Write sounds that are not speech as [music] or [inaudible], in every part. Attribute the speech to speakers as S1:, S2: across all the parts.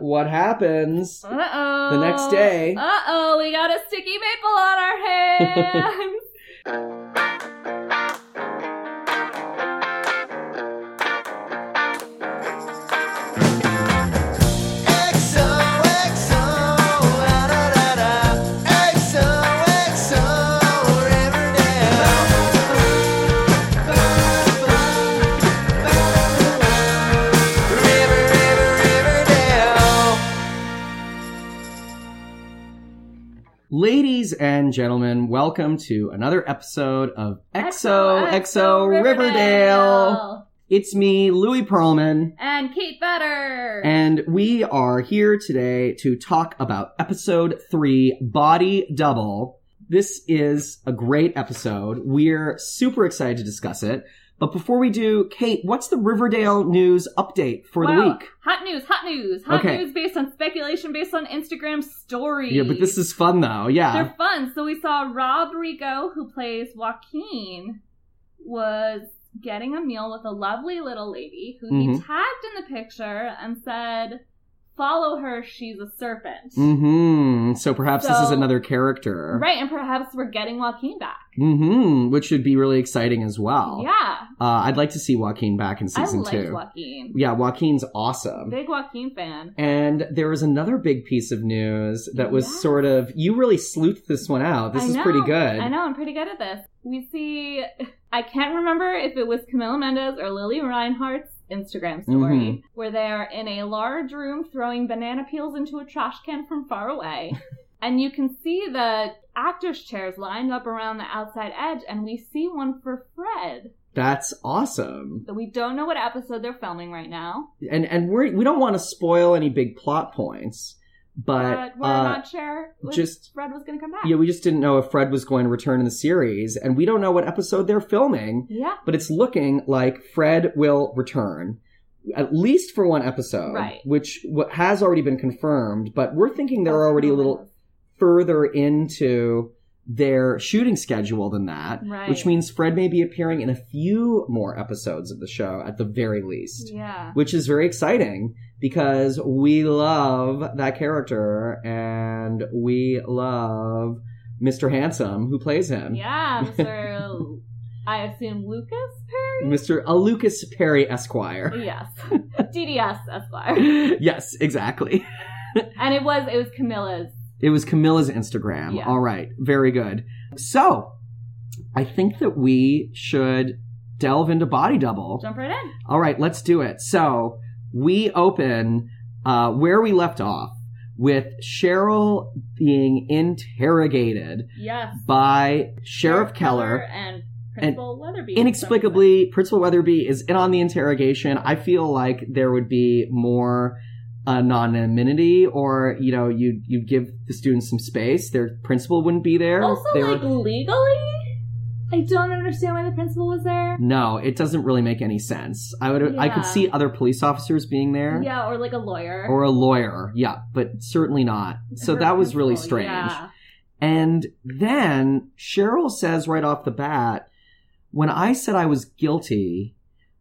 S1: what happens?
S2: Uh oh.
S1: The next day.
S2: Uh oh, we got a sticky maple on our hands.
S1: Ladies and gentlemen, welcome to another episode of [laughs] Exo Exo Riverdale. It's me, Louis Pearlman,
S2: And Kate Better.
S1: and we are here today to talk about episode three, Body Double. This is a great episode. We're super excited to discuss it. But before we do, Kate, what's the Riverdale news update for the
S2: Wow.
S1: week?
S2: Hot news, hot news, hot
S1: Okay.
S2: news based on speculation, based on Instagram stories.
S1: Yeah, but this is uh, fun though. Yeah.
S2: They're fun. So we saw Rob Rico, who plays Joaquin, was getting a meal with a lovely little lady who he
S1: Mhm.
S2: tagged in the picture and said, Follow her, she's a serpent.
S1: Mm-hmm. So perhaps this is
S2: So-
S1: another character.
S2: Right, and perhaps we're getting Joaquin back.
S1: Mm-hmm. Which should be really exciting as well.
S2: Yeah,
S1: Uh, I'd like to see Joaquin back in
S2: I
S1: season
S2: liked
S1: two.
S2: Joaquin.
S1: Yeah, Joaquin's awesome.
S2: Big Joaquin fan.
S1: And there was another big piece of news that was
S2: Yeah.
S1: sort of you really sleuthed this one out. This
S2: I
S1: is
S2: know.
S1: pretty
S2: I
S1: good.
S2: know, I'm pretty good at this. We see, [laughs] I can't remember if it was Camila Mendez or Lily Reinhardt's Instagram story,
S1: Mhm.
S2: where they are in a large room throwing banana peels into a trash can from
S1: [laughs]
S2: far away. and you can see the actors' chairs lined up around the outside edge, and we see one for Fred.
S1: That's awesome.
S2: So we don't know what episode they're filming right now,
S1: And and we're we don't want to spoil any big plot points, but,
S2: but we're
S1: uh,
S2: not sure if
S1: just-
S2: Fred was going to come back.
S1: yeah, we just didn't know if Fred was going to return in the series, and we don't know what episode they're filming,
S2: yeah,
S1: but it's looking like Fred will return. At least for one episode,
S2: Right.
S1: which what has already been confirmed, but we're thinking they're already a little further into their shooting schedule than that,
S2: Right.
S1: which means Fred may be appearing in a few more episodes of the show at the very least,
S2: Yeah.
S1: which is very exciting because we love that character and we love Mr. Handsome who plays him.
S2: Yeah, Mr. I assume Lucas Perry?
S1: Mr. A. Lucas Perry Esquire. [laughs]
S2: Yes. DDS Esquire.
S1: yes, exactly.
S2: And it was it was Camilla's.
S1: It was Camilla's Instagram.
S2: Yeah.
S1: All right, very good. So, I think that we should delve into Body Double.
S2: Jump right in.
S1: All right, let's do it. So we open uh, where we left off with Cheryl being interrogated
S2: Yes.
S1: by Sheriff Keller.
S2: and Principal Weatherby.
S1: Inexplicably, Principal Weatherby is in on the interrogation. I feel like there would be more anonymity, or you know, you would you'd give the students some space. Their principal wouldn't be there.
S2: Also
S1: They
S2: like
S1: were-
S2: legally? I don't understand why the principal was there.
S1: no, it doesn't really make any sense. I would I
S2: Yeah.
S1: could see other police officers being there.
S2: Yeah, or like a lawyer.
S1: or a lawyer. Yeah, but certainly not. So
S2: Her
S1: that was really
S2: principal,
S1: strange.
S2: yeah.
S1: And then Cheryl says right off the bat, when I said I was guilty,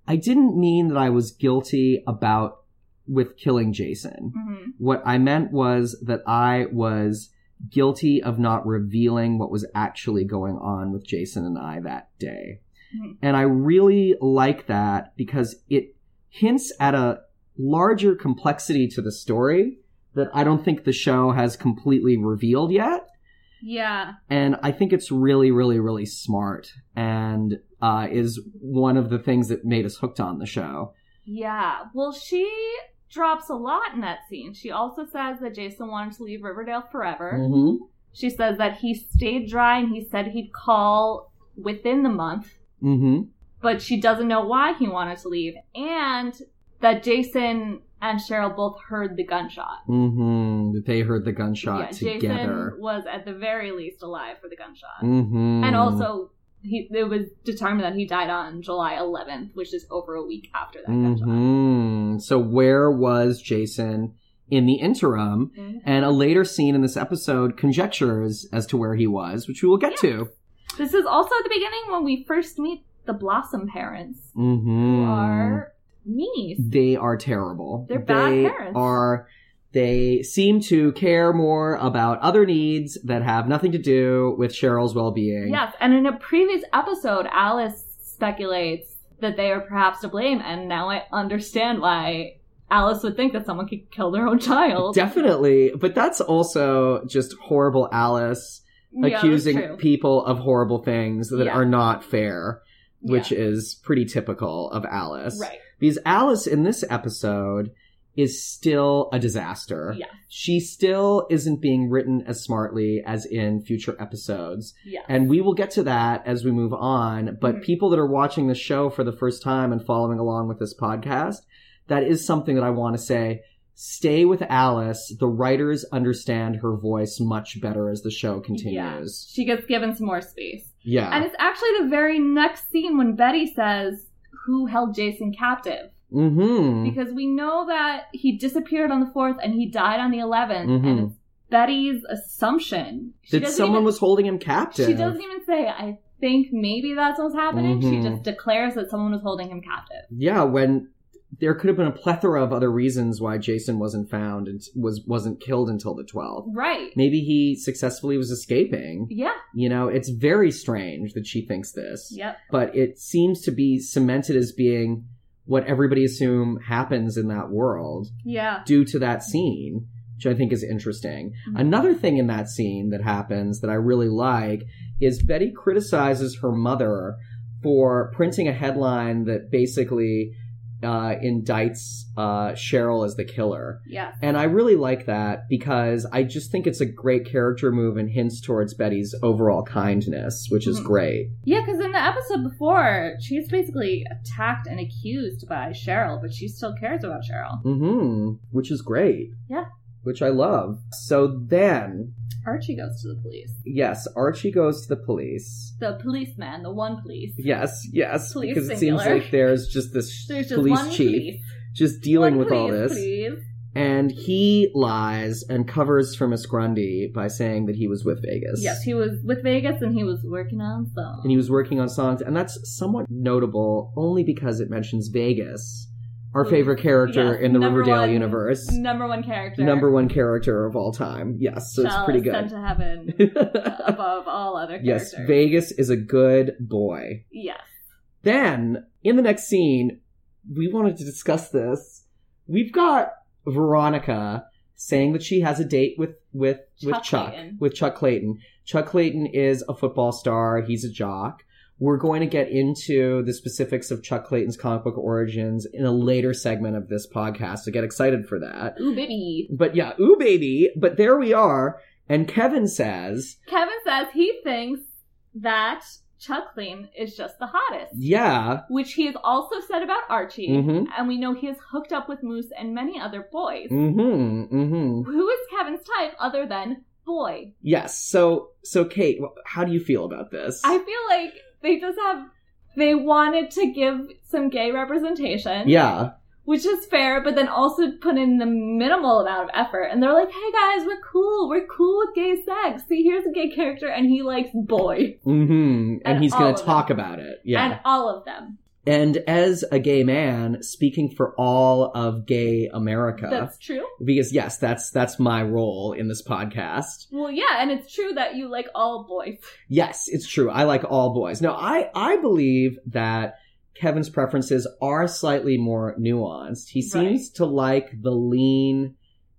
S1: I didn't mean that I was guilty about with killing Jason.
S2: Mhm.
S1: What I meant was that I was guilty of not revealing what was actually going on with Jason and I that day.
S2: Mhm.
S1: And I really like that because it hints at a larger complexity to the story that I don't think the show has completely revealed yet.
S2: Yeah.
S1: And I think it's really, really, really smart and uh, is one of the things that made us hooked on the show.
S2: Yeah. Well, she drops a lot in that scene. She also says that Jason wanted to leave Riverdale forever.
S1: Mm-hmm.
S2: She says that he stayed dry and he said he'd call within the month,
S1: Mm-hmm.
S2: but she doesn't know why he wanted to leave. And that Jason and Cheryl both heard the gunshot.
S1: Mm-hmm. They heard the gunshot
S2: yeah,
S1: together.
S2: Jason was at the very least alive for the gunshot.
S1: Mm-hmm.
S2: And also, he, it was determined that he died on July 11th, which is over a week after that
S1: Mm-hmm.
S2: gunshot.
S1: hmm So where was Jason in the interim?
S2: Mhm.
S1: And a later scene in this episode conjectures as to where he was, which we will get to.
S2: This is also at the beginning when we first meet the Blossom parents, who
S1: Mm-hmm.
S2: are niece.
S1: They are terrible.
S2: They're bad
S1: They
S2: parents.
S1: Are They seem to care more about other needs that have nothing to do with Cheryl's well being.
S2: Yes, and in a previous episode, Alice speculates that they are perhaps to blame, and now I understand why Alice would think that someone could kill their own child.
S1: Definitely. But that's also just horrible Alice
S2: Yeah, that's
S1: accusing
S2: true.
S1: people of horrible things that
S2: Yeah.
S1: are not fair, which
S2: Yeah,
S1: is pretty typical of Alice.
S2: right.
S1: Because Alice in this episode is still a disaster.
S2: Yes.
S1: She still isn't being written as smartly as in future episodes.
S2: Yeah.
S1: And we will get to that as we move on. But
S2: Mhm.
S1: people that are watching the show for the first time and following along with this podcast, that is something that I want to say. Stay with Alice. The writers understand her voice much better as the show continues.
S2: She gets given some more space.
S1: Yeah.
S2: And it's actually the very next scene when Betty says, Who held Jason captive?
S1: mm-hmm.
S2: Because we know that he disappeared on the 4th and he died on the 11th. And
S1: Mhm.
S2: it's Betty's assumption. She
S1: that
S2: doesn't
S1: someone
S2: even-
S1: was holding him captive.
S2: She doesn't even say, I think maybe that's what's happening.
S1: Mhm.
S2: She just declares that someone was holding him captive.
S1: yeah, when there could have been a plethora of other reasons why Jason wasn't found and was wasn't killed until the 12th.
S2: Right.
S1: Maybe he successfully was escaping.
S2: Yeah.
S1: You know, it's very strange that she thinks this,
S2: Yep.
S1: but it seems to be cemented as being what everybody assume happens in that world
S2: Yeah.
S1: due to that scene, which I think is interesting.
S2: Mhm.
S1: Another thing in that scene that happens that I really like is Betty criticizes her mother for printing a headline that basically uh, indicts uh, Cheryl as the killer.
S2: Yeah.
S1: And I really like that because I just think it's a great character move and hints towards Betty's overall kindness, which is
S2: Mhm.
S1: great.
S2: Yeah, because in the episode before, she's basically attacked and accused by Cheryl, but she still cares about Cheryl.
S1: hmm Which is great.
S2: Yeah.
S1: Which I love. So then,
S2: Archie goes to the police.
S1: yes, Archie goes to the police.
S2: The policeman, the one police.
S1: Yes, yes,
S2: Police
S1: because it
S2: singular.
S1: seems like there's just this
S2: [laughs] There's just
S1: police
S2: one
S1: chief
S2: police.
S1: just dealing
S2: One
S1: with all
S2: police,
S1: this,
S2: Please.
S1: and he lies and covers for Miss Grundy by saying that he was with Vegas.
S2: Yes, he was with Vegas and he was working on some.
S1: and he was working on songs, and that's somewhat notable only because it mentions Vegas, our
S2: Who-
S1: favorite character
S2: yes,
S1: in the
S2: number
S1: Riverdale
S2: one-
S1: universe,
S2: number one character.
S1: number one character of all time. Yes, so it's
S2: shall
S1: pretty
S2: ascend
S1: [laughs] good.
S2: to heaven above all other characters.
S1: yes, Vegas is a good boy.
S2: yes.
S1: Then, in the next scene, we wanted to discuss this. We've got Veronica saying that she has a date with with with
S2: Chuck
S1: Chuck
S2: Clayton.
S1: with Chuck Clayton. Chuck Clayton is a football star. He's a jock. We're going to get into the specifics of Chuck Clayton's comic book origins in a later segment of this podcast. So get excited for that.
S2: Ooh, baby.
S1: But yeah, ooh baby. But there we are. And Kevin says,
S2: Kevin says he thinks that Chuck Clean is just the hottest,
S1: "Yeah,
S2: which he has also said about Archie.
S1: Mhm.
S2: And we know he has hooked up with Moose and many other boys.
S1: mm-hmm, mm-hmm."
S2: Who is Kevin's type other than boy?
S1: Yes. So, so Kate, wh- how do you feel about this?
S2: I feel like they just have. They wanted to give some gay representation.
S1: yeah,
S2: which is fair, but then also put in the minimal amount of effort. And they're like, hey guys, we're cool. We're cool with gay sex. See, here's a gay character and he likes boy.
S1: hmm and,
S2: And
S1: he's
S2: all
S1: going
S2: of
S1: to
S2: it.
S1: talk about it. Yeah,
S2: And all of them.
S1: and, as a gay man speaking for all of gay America,
S2: That's true.
S1: because yes, that's that's my role in this podcast.
S2: Well, yeah, and it's true that you like all boys.
S1: Yes, it's true. I like all boys. Now, I I believe that Kevin's preferences are slightly more nuanced. He
S2: Right.
S1: seems to like the lean,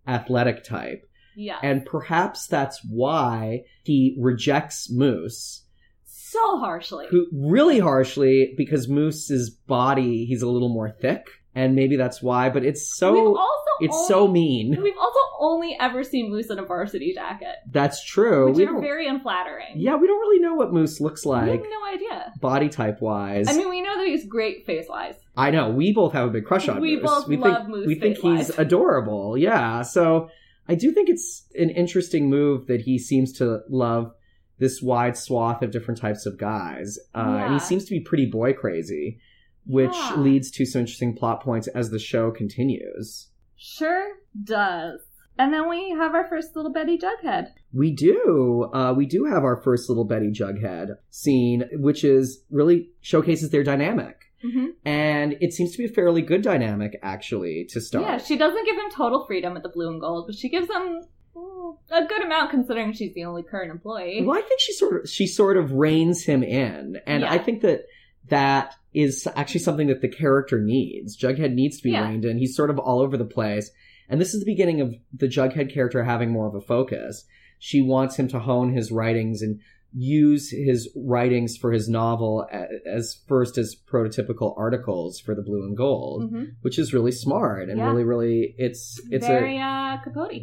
S1: athletic type.
S2: Yeah.
S1: And perhaps that's why he rejects Moose,
S2: so harshly.
S1: who really harshly, because Moose's body, he's a little more thick, and maybe that's why, but it's
S2: we've
S1: so,
S2: also
S1: it's
S2: only,
S1: so mean.
S2: We've also only ever seen Moose in a varsity jacket,
S1: That's true.
S2: which
S1: We
S2: are
S1: don't,
S2: very unflattering.
S1: yeah, we don't really know what Moose looks
S2: We have
S1: like,
S2: no idea.
S1: body type wise.
S2: I mean, we know that he's great face wise.
S1: I know, we both have a big crush on
S2: We
S1: Moose.
S2: both
S1: we
S2: love
S1: think,
S2: Moose
S1: We think
S2: face-wise.
S1: he's adorable, yeah. So I do think it's an interesting move that he seems to love this wide swath of different types of guys. Uh, and
S2: Yeah.
S1: he seems to be pretty boy crazy, which
S2: Yeah.
S1: leads to some interesting plot points as the show continues.
S2: Sure does. And then we have our first little Betty Jughead.
S1: We do. Uh, we do have our first little Betty Jughead scene, which is really showcases their dynamic.
S2: Mhm.
S1: And it seems to be a fairly good dynamic, actually, to start.
S2: Yeah, she doesn't give him total freedom at the Blue and Gold, but she gives him mm, a good amount considering she's the only current employee.
S1: Well, I think she sort of she sort of reins him in, and
S2: Yeah.
S1: I think that that is actually something that the character needs. Jughead needs to be
S2: Yeah.
S1: reined in. He's sort of all over the place, and this is the beginning of the Jughead character having more of a focus. She wants him to hone his writings and use his writings for his novel a- as first as prototypical articles for the blue and gold
S2: Mhm.
S1: which is really smart and
S2: Yeah.
S1: really really it's it's
S2: Very
S1: a
S2: uh, Capote.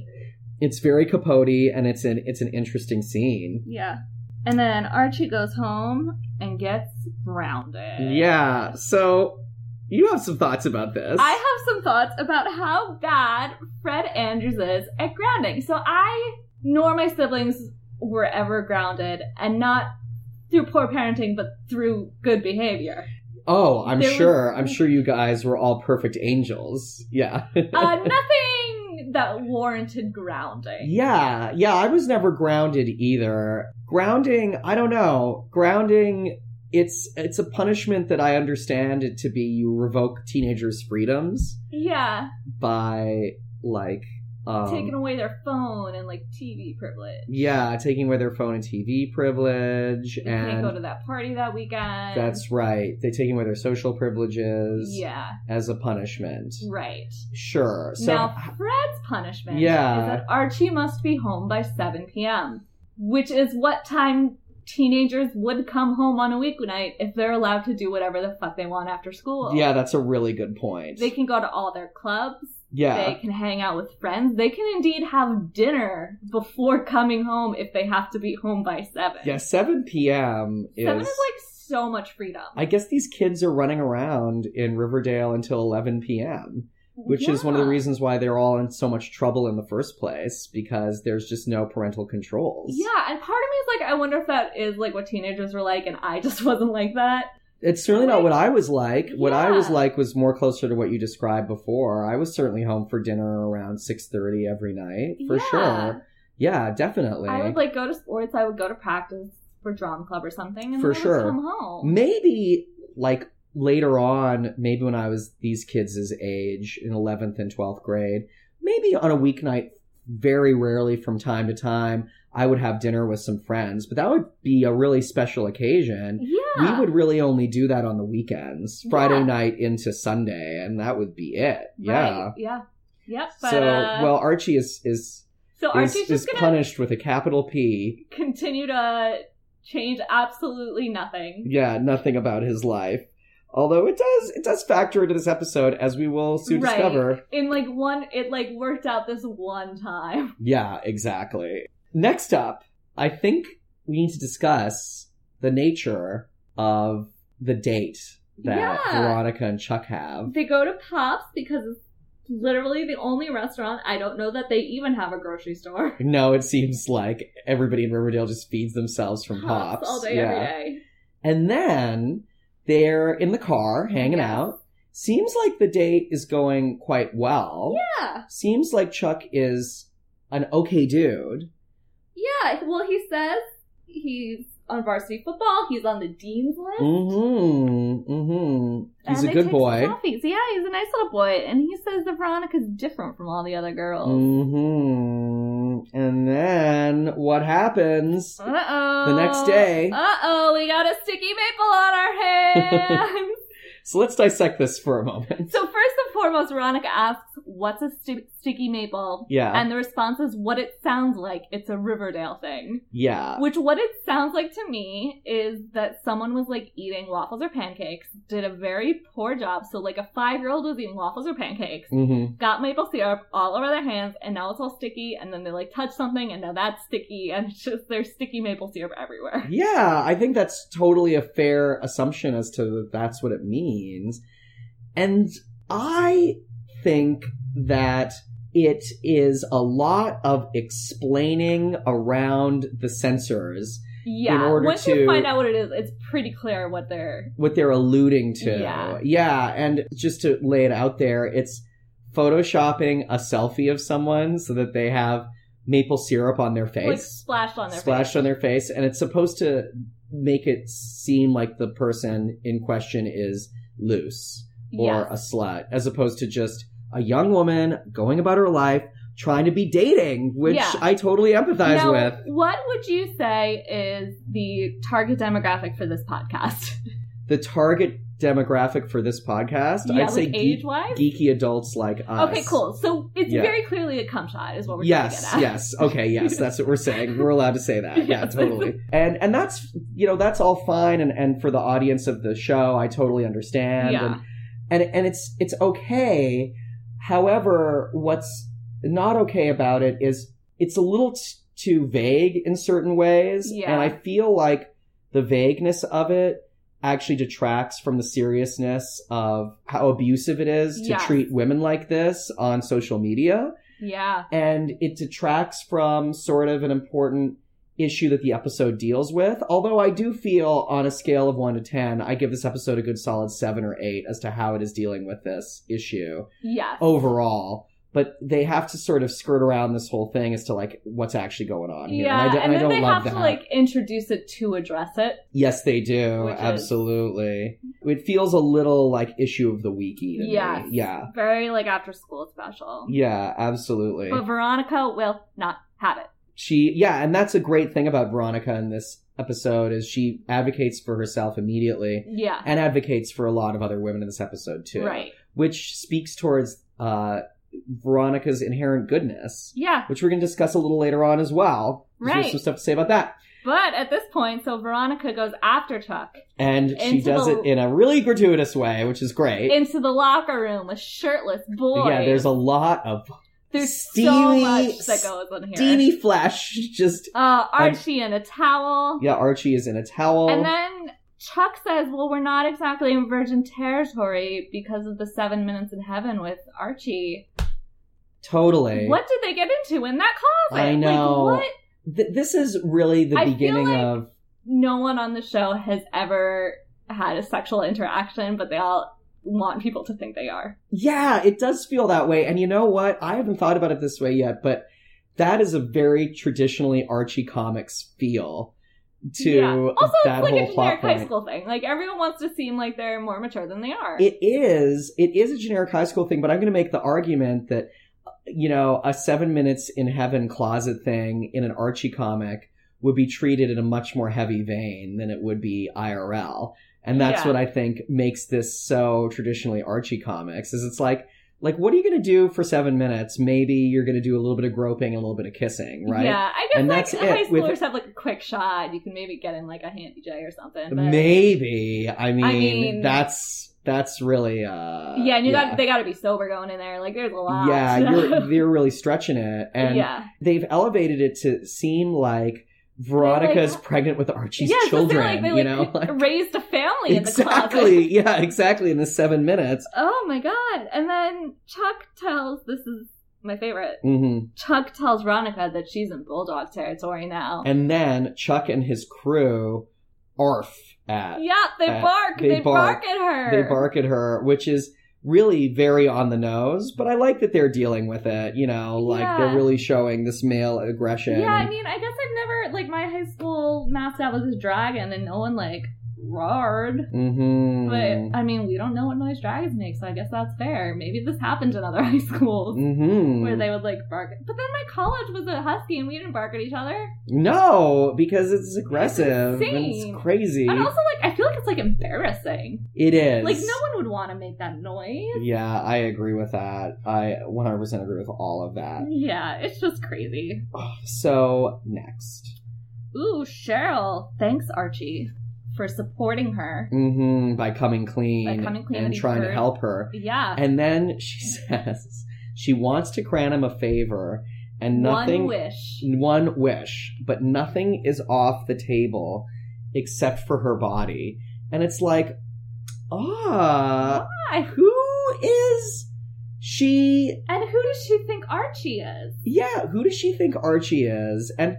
S1: it's very capote and it's an it's an interesting scene
S2: Yeah. And then Archie goes home and gets grounded.
S1: Yeah. So you have some thoughts about this.
S2: I have some thoughts about how bad Fred Andrews is at grounding. So I nor my siblings were ever grounded, and not through poor parenting, but through good behavior.
S1: oh, I'm
S2: There was-
S1: sure. I'm sure you guys were all perfect angels. Yeah. [laughs]
S2: Uh, nothing that warranted grounding.
S1: yeah. Yeah. I was never grounded either. Grounding. I don't know. Grounding. It's it's a punishment that I understand it to be. You revoke teenagers' freedoms
S2: Yeah,
S1: by like. Um,
S2: taking away their phone and like TV privilege.
S1: yeah, taking away their phone and TV privilege,
S2: They can't
S1: and
S2: go to that party that weekend.
S1: that's right. They taking away their social privileges
S2: yeah,
S1: as a punishment.
S2: right.
S1: Sure. So
S2: now Fred's punishment
S1: Yeah.
S2: is that Archie must be home by 7 p.m., which is what time teenagers would come home on a weeknight if they're allowed to do whatever the fuck they want after school.
S1: yeah, that's a really good point.
S2: They can go to all their clubs. They
S1: yeah.
S2: can hang out with friends. They can indeed have dinner before coming home if they have to be home by 7.
S1: yeah, 7 p.m. is
S2: 7 is like so much freedom.
S1: I guess these kids are running around in Riverdale until 11 p.m., which is one of the
S2: Yeah.
S1: reasons why they're all in so much trouble in the first place because there's just no parental controls.
S2: Yeah, and part of me is like, I wonder if that is like what teenagers were like, and I [laughs] just wasn't like that.
S1: It's certainly not what I was like. What I was
S2: Yeah.
S1: like was more closer to what you described before. I was certainly home for dinner around 6:30 every night, for
S2: Yeah.
S1: sure. Yeah, definitely.
S2: I would like go to sports. I would go to practice for drama club or something, and
S1: For
S2: then I
S1: sure.
S2: would come home.
S1: maybe like later on, maybe when I was these kids' age in 11th and 12th grade, maybe on a weeknight, very rarely from time to time, I would have dinner with some friends, but that would be a really special occasion.
S2: Yeah,
S1: We would really only do that on the weekends, Friday
S2: Yeah.
S1: night into Sunday, and that would be it. Yeah.
S2: right. yeah, yep. But
S1: so,
S2: uh,
S1: well, Archie is is
S2: so
S1: is,
S2: Archie's
S1: is
S2: just gonna
S1: punished with a capital P.
S2: continue to change absolutely nothing.
S1: yeah nothing about his life although it does it does factor into this episode as we will soon
S2: Right.
S1: discover
S2: In like one, it like worked out this one time.
S1: yeah exactly next up i think we need to discuss the nature of the date [laughs] that
S2: Yeah.
S1: veronica and chuck have
S2: They go to Pops because it's literally the only restaurant. I don't know that they even have a grocery store.
S1: no it seems like everybody in riverdale just feeds themselves from pops,
S2: all day,
S1: yeah
S2: every day.
S1: and then they're in the car hanging
S2: Yeah.
S1: out seems like the date is going quite well
S2: Yeah,
S1: seems like Chuck is an okay dude.
S2: yeah. Well, he says he's on varsity football. He's on the dean's list.
S1: Mm-hmm. Mm-hmm. He's
S2: And
S1: a
S2: they
S1: good
S2: take
S1: boy.
S2: selfies. Yeah, he's a nice little boy, and he says that Veronica's different from all the other girls.
S1: Mm-hmm. And then what happens?
S2: Uh oh.
S1: Mm. The next day-
S2: Uh oh, we got a sticky maple on
S1: [laughs]
S2: our hands.
S1: So let's dissect this for a moment. [laughs]
S2: so first and foremost, Veronica asks, "What's a sti- sticky maple?"
S1: Yeah.
S2: And the response is, "What it sounds like. It's a Riverdale thing."
S1: yeah.
S2: Which, what it sounds like to me is that someone was like eating waffles or pancakes, did a very poor job. So like a five year old was eating waffles or pancakes.
S1: Mm-hmm.
S2: got maple syrup all over their hands and now it's all sticky and then they like touch something and now that's sticky and it's just there's sticky maple syrup everywhere.
S1: Yeah, I think that's totally a fair assumption as to that's what it means. And I think that it is a lot of explaining around the sensors
S2: Yeah.
S1: In order
S2: Once
S1: to-
S2: you find out what it is, it's pretty clear what they're
S1: what they're alluding to.
S2: Yeah.
S1: Yeah, and just to lay it out there, it's photoshopping a selfie of someone so that they have maple syrup on their
S2: like
S1: face,
S2: splashed on their
S1: splashed
S2: face.
S1: on their face, and it's supposed to make it seem like the person in question is loose or
S2: yes.
S1: a slut, as opposed to just a young woman going about her life trying to be dating, which
S2: Yeah.
S1: I totally empathize
S2: Now,
S1: with.
S2: What would you say is the target demographic for this podcast?
S1: The target demographic for this podcast,
S2: yeah,
S1: I'd say
S2: like
S1: geek-
S2: age wise?
S1: geeky adults like us.
S2: Okay, cool. So it's
S1: Yeah.
S2: very clearly a cum shot, is what we're
S1: yes
S2: trying to get at.
S1: yes okay yes that's what we're saying we're allowed to say
S2: [laughs]
S1: that yeah
S2: Yes.
S1: totally and and that's you know that's all fine and and for the audience of the show i totally understand
S2: Yeah.
S1: and, and and it's it's okay however what's not okay about it is it's a little t- too vague in certain ways
S2: Yeah.
S1: and i feel like the vagueness of it actually detracts from the seriousness of how abusive it is to
S2: Yes.
S1: treat women like this on social media
S2: [laughs] Yeah.
S1: and it detracts from sort of an important issue that the episode deals with. Although I do feel on a scale of 1 to 10, I give this episode a good solid 7 or 8 as to how it is dealing with this issue
S2: Yes.
S1: Oh, overall. But they have to sort of skirt around this whole thing as to like what's actually going on here.
S2: Yeah,
S1: and I, d-
S2: and
S1: I
S2: then
S1: don't
S2: they
S1: love
S2: have
S1: that.
S2: to like introduce it to address it.
S1: yes, they do.
S2: Which is-
S1: Absolutely. It feels a little like issue of the weeky. to me.
S2: Yes.
S1: Yeah.
S2: Very like after school special.
S1: Yeah, absolutely.
S2: But Veronica will not have it.
S1: she yeah and that's a great thing about veronica in this episode is she advocates for herself immediately
S2: Yeah.
S1: and advocates for a lot of other women in this episode too
S2: Right.
S1: which speaks towards uh, veronica's inherent goodness
S2: Yeah.
S1: which we're going to discuss a little later on as well 'cause we have
S2: Right.
S1: some stuff to say about that
S2: But at this point, so Veronica goes after Chuck
S1: and she
S2: Into
S1: does
S2: the-
S1: it in a really gratuitous way which is great
S2: into the locker room with shirtless boys.
S1: yeah there's a lot of
S2: There's so
S1: steamy-
S2: much that goes on here.
S1: steamy flesh [laughs] just
S2: Uh, Archie in a towel.
S1: yeah archie is in a towel
S2: And then Chuck says, Well, we're not exactly in virgin territory because of the seven minutes in heaven with Archie.
S1: totally
S2: What did they get into in that closet?
S1: I know.
S2: Like, what?
S1: Th- this is really the
S2: I feel
S1: beginning
S2: like-
S1: of
S2: No one on the show has ever had a sexual interaction, but they all want people to think they are.
S1: Yeah, it does feel that way. And you know what? I haven't thought about it this way yet, but that is a very traditionally Archie comics feel to
S2: Yeah. Also,
S1: that
S2: it's like
S1: whole
S2: a
S1: plot
S2: generic
S1: point.
S2: high school thing. Like, everyone wants to seem like they're more mature than they are.
S1: It is. It is a generic high school thing, but I'm going to make the argument that you know a seven minutes in heaven closet thing in an Archie comic would be treated in a much more heavy vein than it would be IRL, and that's
S2: Yeah.
S1: what I think makes this so traditionally Archie comics. Is it's like like what are you going to do for seven minutes? Maybe you're going to do a little bit of groping and a little bit of kissing, right?
S2: Yeah, I guess
S1: And
S2: like
S1: that's
S2: high
S1: it with-
S2: schoolers have like a quick shot. You can maybe get in like a handy J or something. But...
S1: Maybe. I mean,
S2: mean-
S1: that's that's really uh
S2: yeah, and you got they got to be sober going in there. Like, there's a lot. [laughs]
S1: Yeah, you're you're really stretching it, and
S2: yeah,
S1: they've elevated it to seem like Veronica's
S2: like-
S1: pregnant with Archie's
S2: yeah, it's just they're,
S1: children.
S2: like, they,
S1: you
S2: like,
S1: know, [laughs]
S2: [laughs]
S1: like,
S2: raised a family in the closet.
S1: [laughs] exactly. Yeah, exactly. In the seven minutes.
S2: Oh my god! And then Chuck tells this is my favorite.
S1: hmm
S2: Chuck tells Ronica that she's in bulldog territory now.
S1: And then Chuck and his crew arf at.
S2: yeah, they
S1: uh,
S2: bark.
S1: they
S2: They, bark.
S1: bark.
S2: at her.
S1: They bark at her, which is really very on the nose. But I like that they're dealing with it. You know, like
S2: Yeah.
S1: they're really showing this male aggression.
S2: Yeah, I mean, I guess I've never like my high school mascot was a dragon, and no one like roared.
S1: hmm
S2: But I mean, we don't know what noise dragons make, so I guess that's fair. Maybe this happened in other [laughs] high schools
S1: hmm
S2: where they would like bark. But then my college was a husky, and we didn't bark at each other.
S1: No, because it's aggressive. and
S2: insane.
S1: it's crazy.
S2: And also, like, I feel like it's like embarrassing.
S1: It is.
S2: Like, no one would want to make that noise.
S1: Yeah, I agree with that. I 100% agree with all of that.
S2: Yeah, it's just crazy.
S1: So, next.
S2: Ooh, Cheryl, thanks Archie for supporting her.
S1: hmm by coming clean,
S2: By coming clean
S1: and
S2: with
S1: trying to
S2: her.
S1: help her.
S2: Yeah,
S1: And then she [laughs] says she wants to grant him a favor and nothing
S2: one wish.
S1: one wish, but nothing is off the table except for her body. And it's like, ah,
S2: Why?
S1: who is she
S2: And who does she think Archie is?
S1: yeah, who does she think Archie is? And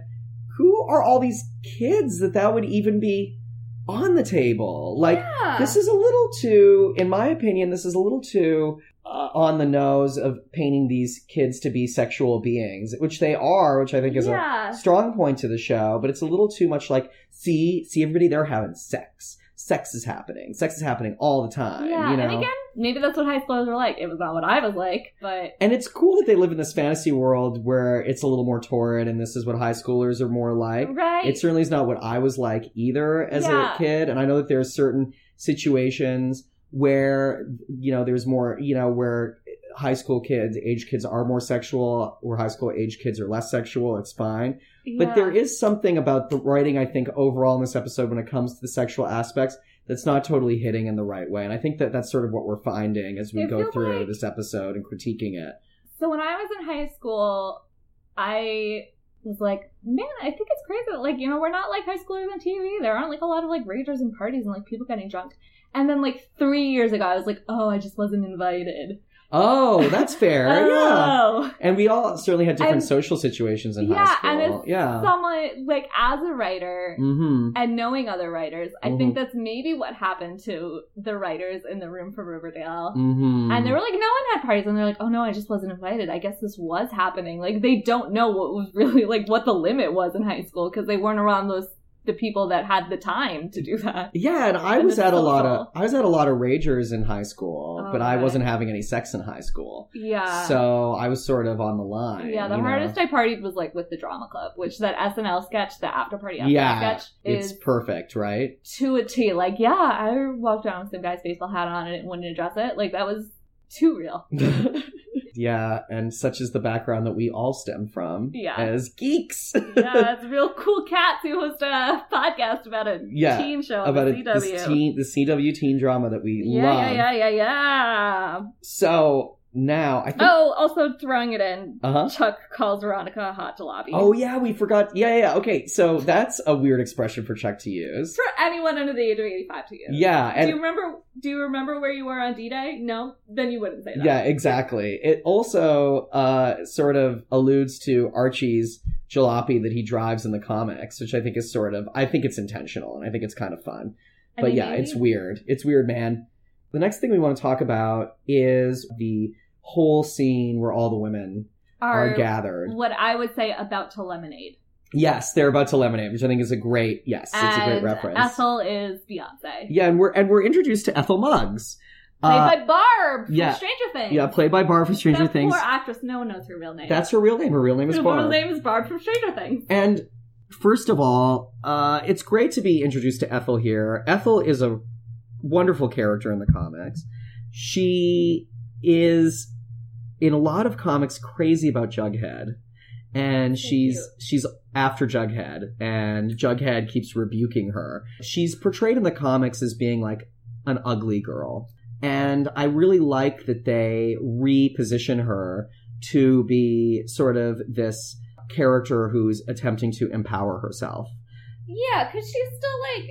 S1: who are all these kids that that would even be on the table? Like,
S2: yeah.
S1: this is a little too, in my opinion, this is a little too uh, on the nose of painting these kids to be sexual beings, which they are, which I think is a
S2: yeah.
S1: strong point to the show, but it's a little too much like, see, see everybody, they're having sex. sex is happening. Sex is happening all the time.
S2: yeah,
S1: you know?
S2: and again, maybe that's what high schoolers were like. It was not what I was like, but
S1: And it's cool that they live in this fantasy world where it's a little more torrid and this is what high schoolers are more like.
S2: right,
S1: It certainly is not what I was like either as
S2: Yeah.
S1: a kid. And I know that there are certain situations where, you know, there's more, you know, where high school kids, age kids are more sexual, where high school age kids are less sexual. It's fine. But there is something about the writing, I think, overall in this episode when it comes to the sexual aspects that's not totally hitting in the right way. And I think that that's sort of what we're finding as we
S2: It
S1: go
S2: feels
S1: through
S2: like-
S1: this episode and critiquing it.
S2: So when I was in high school, I was like, man, I think it's crazy. that, Like, you know, we're not like high schoolers on TV. There aren't like a lot of like ragers and parties and like people getting drunk. And then like three years ago, I was like, oh, I just wasn't invited.
S1: Oh, that's
S2: [laughs]
S1: fair. yeah.
S2: oh,
S1: And we all certainly had different
S2: And-
S1: social situations in
S2: Yeah,
S1: high school.
S2: and it's
S1: yeah.
S2: someone like as a writer
S1: mm-hmm.
S2: and knowing other writers, I think that's maybe what happened to the writers in the room for Riverdale.
S1: Mm-hmm.
S2: And they were like, no one had parties, and they're like, oh no, I just wasn't invited. I guess this was happening. Like they don't know what was really like what the limit was in high school because they weren't around those the people that had the time to do that.
S1: yeah, and I
S2: and
S1: was
S2: it's
S1: at a lot of
S2: social.
S1: I was at a lot of ragers in high school,
S2: Oh,
S1: but I
S2: right.
S1: wasn't having any sex in high school,
S2: Yeah.
S1: so I was sort of on the line.
S2: yeah, the
S1: you know?
S2: hardest I partied was like with the drama club, which that SNL sketch, the after party after
S1: Yeah,
S2: sketch,
S1: It's
S2: is
S1: perfect,
S2: [laughs]
S1: right?
S2: to a T. Like, yeah, I walked around with some guy's baseball hat on and wouldn't address it. Like that was too
S1: [laughs]
S2: real.
S1: yeah, and such is the background that we all stem from
S2: Yeah.
S1: as geeks [laughs]
S2: yeah, it's real cool cats who host a podcast about a
S1: Yeah,
S2: teen show on
S1: about
S2: Oh, the
S1: it,
S2: CW.
S1: this teen, the CW teen drama that we
S2: Yeah,
S1: love.
S2: yeah, yeah, yeah, yeah.
S1: So now I think.
S2: Oh, also throwing it in,
S1: Uh huh.
S2: Chuck calls Veronica a hot jalopy.
S1: Oh yeah, we forgot. Yeah, yeah, yeah. Okay, so that's a weird expression for Chuck to use.
S2: for anyone under the age of eighty-five to you.
S1: Yeah,
S2: Do you
S1: and
S2: remember? Do you remember where you were on D-Day? No, then you wouldn't say that.
S1: yeah, exactly. It also uh, sort of alludes to Archie's jalopy that he drives in the comics, which I think is sort of. I think it's intentional, and I think it's kind of fun.
S2: I
S1: But
S2: mean,
S1: yeah,
S2: maybe.
S1: it's weird. It's weird, man. The next thing we want to talk about is the whole scene where all the women
S2: Are,
S1: are gathered.
S2: what I would say about to lemonade.
S1: Yes, they're about to lemonade, which I think is a great yes, it's a great
S2: And
S1: reference.
S2: Ethel is Beyonce.
S1: Yeah, and we're and we're introduced to Ethel Muggs.
S2: Played
S1: Uh,
S2: by Barb from
S1: yeah.
S2: Stranger Things.
S1: yeah, played by Barb from Stranger
S2: that
S1: Things.
S2: Poor actress. No one knows her real name.
S1: That's her real name. Her real name is
S2: her
S1: Barb.
S2: real name is Barb from Stranger Things.
S1: And first of all, uh, it's great to be introduced to Ethel here. Ethel is a wonderful character in the comics. She is in a lot of comics crazy about Jughead, and
S2: So
S1: she's she's after Jughead, and Jughead keeps rebuking her. She's portrayed in the comics as being like an ugly girl, and I really like that they reposition her to be sort of this character who's attempting to empower herself.
S2: Yeah, because she's still like,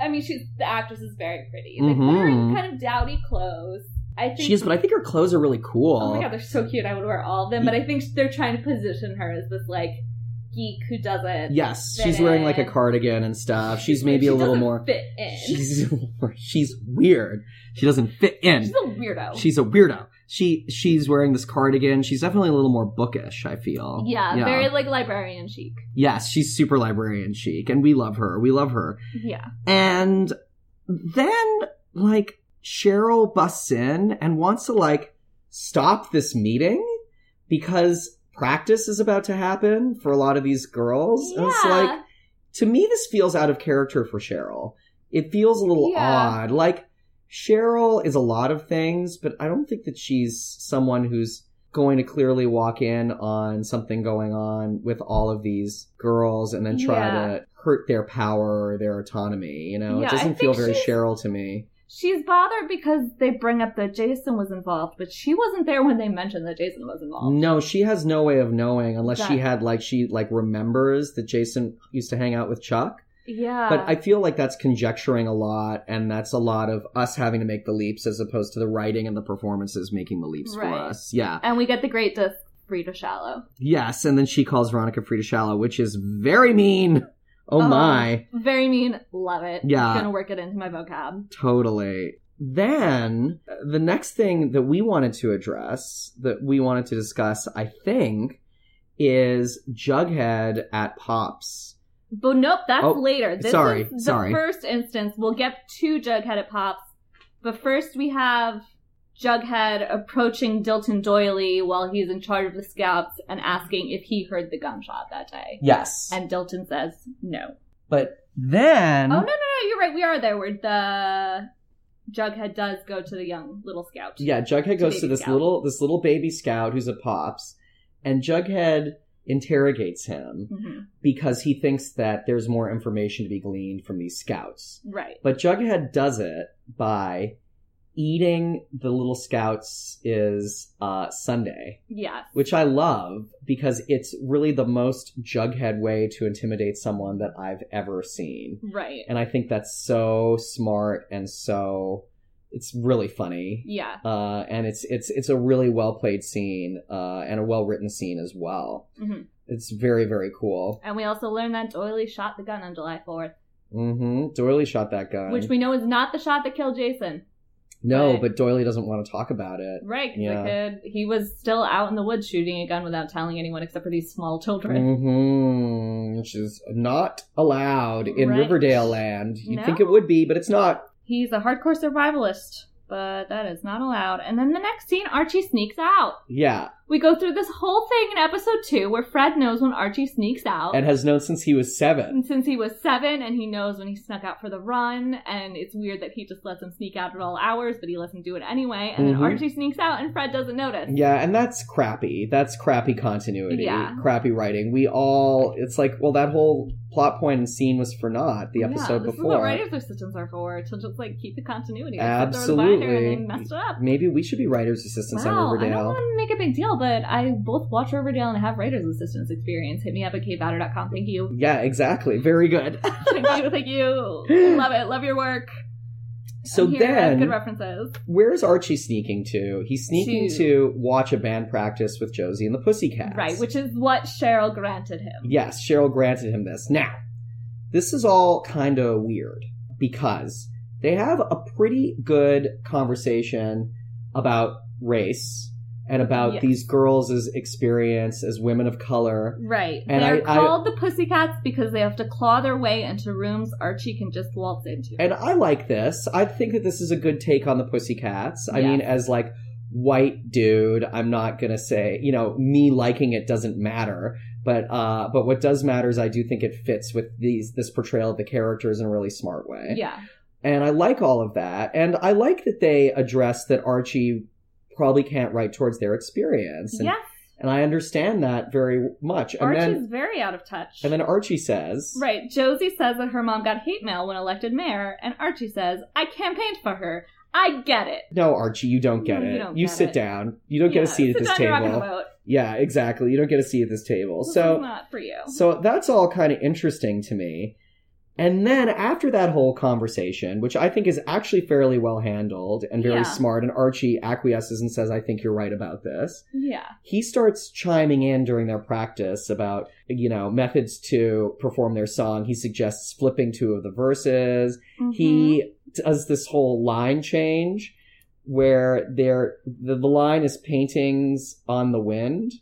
S2: I mean, she's the actress is very pretty. They
S1: Like, Mhm.
S2: wearing
S1: wearing
S2: kind of dowdy clothes. I think
S1: She is, but I think her clothes are really cool.
S2: Oh my god, they're so cute. I would wear all of them, but I think they're trying to position her as this like geek who doesn't.
S1: yes,
S2: fit
S1: she's wearing like a
S2: in.
S1: cardigan and stuff. She's maybe
S2: she
S1: a little
S2: doesn't
S1: more.
S2: fit in. She's,
S1: She's [laughs] she's weird. She doesn't fit in.
S2: a weirdo.
S1: She's a weirdo. She she's wearing this cardigan. She's definitely a little more bookish. I feel.
S2: yeah, very like librarian chic.
S1: Yes, she's super librarian chic, and we love her. We love her.
S2: Yeah,
S1: And then, like, Cheryl busts in and wants to, like, stop this meeting because practice is about to happen for a lot of these girls. And it's
S2: Yeah.
S1: like, to me, this feels out of character for Cheryl. It feels a little
S2: Yeah.
S1: odd. Like, Cheryl is a lot of things, but I don't think that she's someone who's going to clearly walk in on something going on with all of these girls and then try
S2: Yeah.
S1: to hurt their power or their autonomy. You know,
S2: Yeah, I
S1: it doesn't feel
S2: think
S1: very
S2: she's-
S1: Cheryl to me.
S2: she's bothered because they bring up that Jason was involved, but she wasn't there when they mentioned that Jason was involved.
S1: No, she has no way of knowing unless she
S2: That-
S1: had like she like remembers that Jason used to hang out with Chuck.
S2: Yeah,
S1: But I feel like that's conjecturing a lot, and that's a lot of us having to make the leaps as opposed to the writing and the performances making the leaps for
S2: Right.
S1: us. Yeah.
S2: and we get the great disc. Frida Shallow.
S1: Yes, and then she calls Veronica Frida Shallow, which is very mean. Oh
S2: Uh-huh.
S1: my.
S2: Very mean. Love it.
S1: Yeah.
S2: Gonna work it into my vocab.
S1: Totally. Then the next thing that we wanted to address, that we wanted to discuss, I think, is Jughead at Pops.
S2: But nope, that's
S1: Oh,
S2: later. This
S1: sorry,
S2: is the
S1: sorry.
S2: first instance. We'll get two Jughead at Pops. But first we have Jughead approaching Dilton Doily while he's in charge of the scouts and asking if he heard the gunshot that day.
S3: Yes.
S2: And Dilton says no.
S3: but
S1: Mm-hmm.
S3: then
S2: Oh no no no, you're right, we are there where the Jughead does go to the young little scout.
S1: Yeah, Jughead goes to
S2: baby
S1: this
S2: scout.
S1: little this little baby scout who's a pops, and Jughead interrogates him
S2: Mhm.
S1: because he thinks that there's more information to be gleaned from these scouts.
S2: Right.
S1: But Jughead does it by eating the little scouts is uh, Sunday,
S2: Yes.
S1: which I love because it's really the most Jughead way to intimidate someone that I've ever seen.
S2: Right.
S1: And I think that's so smart and so it's really funny.
S2: Yeah.
S1: Uh, and it's it's it's a really well played scene uh, and a well written scene as well.
S2: Mhm.
S1: It's very very cool.
S2: And we also learned that Doily shot the gun on July 4th,
S1: hmm Doily shot that gun.
S2: which we know is not the shot that killed Jason.
S1: no,
S2: Right.
S1: but Doily doesn't want to talk about it.
S2: Right, 'cause
S1: Yeah.
S2: the kid, he was still out in the woods shooting a gun without telling anyone except for these small
S1: Mm.
S2: children.
S1: Mm-hmm. Which is not allowed in
S2: Right.
S1: Riverdale land. You'd
S2: No.
S1: think it would be, but it's not.
S2: He's a hardcore survivalist, but that is not allowed. And then the next scene, Archie sneaks out.
S1: Yeah.
S2: We go through this whole thing in episode two where Fred knows when Archie sneaks out.
S1: And has known since he was seven.
S2: And since he was seven, and he knows when he snuck out for the run, and it's weird that he just lets him sneak out at all hours, but he lets him do it anyway. And
S1: Mhm.
S2: then Archie sneaks out, and Fred doesn't notice.
S1: Yeah, and that's crappy. That's crappy continuity.
S2: Yeah.
S1: Crappy writing. We all it's like, well, that whole plot point and scene was for naught the
S2: Yeah,
S1: episode
S2: this is what
S1: before.
S2: writers' assistants are for to just like keep the continuity. They set the reminder and
S1: Absolutely.
S2: they messed it up.
S1: Maybe we should be writers' assistants
S2: Wow,
S1: on
S2: I don't
S1: Riverdale.
S2: want to make a big deal, but I both watch Riverdale and have writer's assistants experience. Hit me up at kbatter.com. Thank
S1: [laughs]
S2: you.
S1: Yeah, exactly. Very
S2: [laughs]
S1: good.
S2: Thank you. Thank you. Love it. Love your work.
S1: So
S2: I'm here. I have
S1: then
S2: Good references.
S1: where's Archie sneaking to? He's sneaking
S2: To-
S1: to, watch a band practice with Josie and the Pussycats.
S2: Right, which is what Cheryl granted him.
S1: Yes, Cheryl granted him this. Now, this is all kind of weird because they have a pretty good conversation about race and about
S2: Yes.
S1: these girls' experience as women of color.
S2: Right.
S1: And
S2: They're
S1: I- I-
S2: called the Pussycats because they have to claw their way into rooms Archie can just waltz into.
S1: And I like this. I think that this is a good take on the Pussycats. I
S2: Yes.
S1: mean, as like white dude, I'm not gonna say you know me liking it doesn't matter. But uh, but what does matter is I do think it fits with these this portrayal of the characters in a really smart way.
S2: yeah.
S1: And I like all of that. And I like that they address that Archie probably can't write towards their experience. And,
S2: Yes.
S1: and I understand that very much. And
S2: Archie's
S1: then
S2: very out of touch.
S1: and then Archie says
S2: Right. Josie says that her mom got hate mail when elected mayor, and Archie says, I campaigned for her. I get it.
S1: No, Archie, you don't get
S2: No, you
S1: it.
S2: don't
S1: you
S2: get
S1: sit
S2: it."
S1: down. You don't get a
S2: Yeah,
S1: seat at
S2: sit
S1: this
S2: down, you're not gonna
S1: table.
S2: vote.
S1: Yeah, exactly. You don't get a seat at this table.
S2: This is
S1: so
S2: not for you.
S1: so that's all kind of interesting to me. And then after that whole conversation, which I think is actually fairly well handled and very
S2: Yeah.
S1: smart, and Archie acquiesces and says, I think you're right about this.
S2: Yeah.
S1: he starts chiming in during their practice about you know methods to perform their song he suggests flipping two of the verses he does this whole line change where there the, the line is paintings on the wind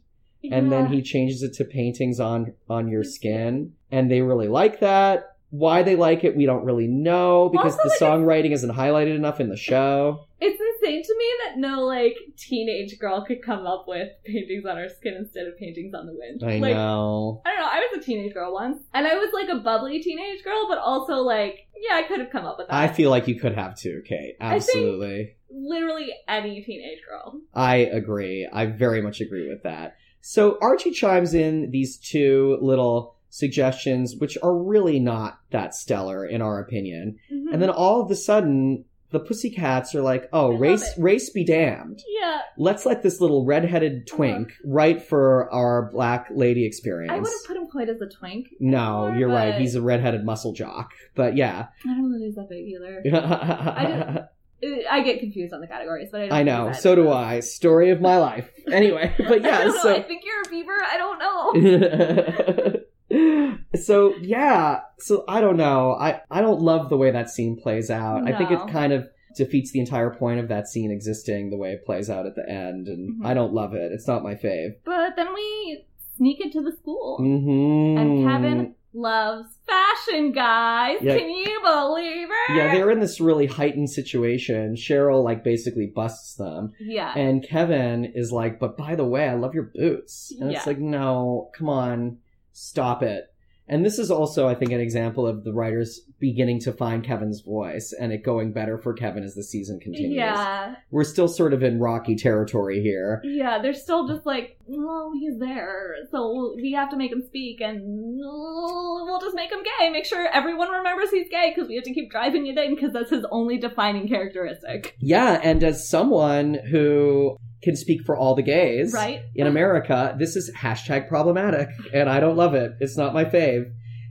S2: Mhm.
S1: and then
S2: Yeah.
S1: he changes it to paintings on on your skin and they really like that why they like it we don't really know because
S2: Also,
S1: the
S2: like,
S1: songwriting isn't highlighted enough in the show
S2: It's insane to me that no like teenage girl could come up with paintings on her skin instead of paintings on the wind.
S1: i
S2: like
S1: know
S2: I don't know, I was a teenage girl once. And I was like a bubbly teenage girl, but also like, yeah, I could have come up with that.
S1: i feel like you could have too kate
S2: uh, I think-
S1: absolutely
S2: Literally any teenage girl.
S1: I agree. I very much agree with that. So Archie chimes in these two little suggestions, which are really not that stellar in our opinion.
S2: Mhm.
S1: And then all of a sudden, the pussycats are like,
S2: I
S1: oh,
S2: love
S1: race, race be damned.
S2: Yeah.
S1: Let's let this little redheaded twink write for our black lady experience.
S2: Uh-huh. I wouldn't put him quite as a twink.
S1: no,
S2: anymore,
S1: you're right.
S2: but-
S1: He's a redheaded muscle jock. But yeah.
S2: I don't know that he's that big
S1: [laughs]
S2: either.
S1: I,
S2: I get confused on the categories, but I don't
S1: know.
S2: that.
S1: So do I. [laughs] Story of my
S2: [laughs]
S1: life. Anyway, but yeah.
S2: I don't know.
S1: so
S2: I think you're a beaver. I don't
S1: [laughs]
S2: know.
S1: so yeah so i don't know i i don't love the way that scene plays out i think it
S2: No.
S1: kind of defeats the entire point of that scene existing the way it plays out at the end and
S2: Mhm.
S1: i don't love it it's not my fave
S2: But then we sneak into the school,
S1: mm-hmm.
S2: and Kevin loves fashion, guys.
S1: Yeah.
S2: Can you believe it?
S1: Yeah, they're in this really heightened situation. Cheryl like basically busts them,
S2: Yeah.
S1: and Kevin is like, "But by the way, I love your boots." And
S2: Yeah.
S1: it's like, "No, come on, stop it." And this is also, I think, an example of the writers beginning to find Kevin's voice and it going better for Kevin as the season continues.
S2: Yeah.
S1: We're still sort of in rocky territory here.
S2: Yeah, they're still just like, well, he's there, so we have to make him speak, and oh, we'll just make him gay. Make sure everyone remembers he's gay, because we have to keep driving it in, because that's his only defining characteristic.
S1: Yeah, and as someone who can speak for all the gays,
S2: Right?
S1: in America, this is hashtag problematic, and I don't love it. It's not my fave.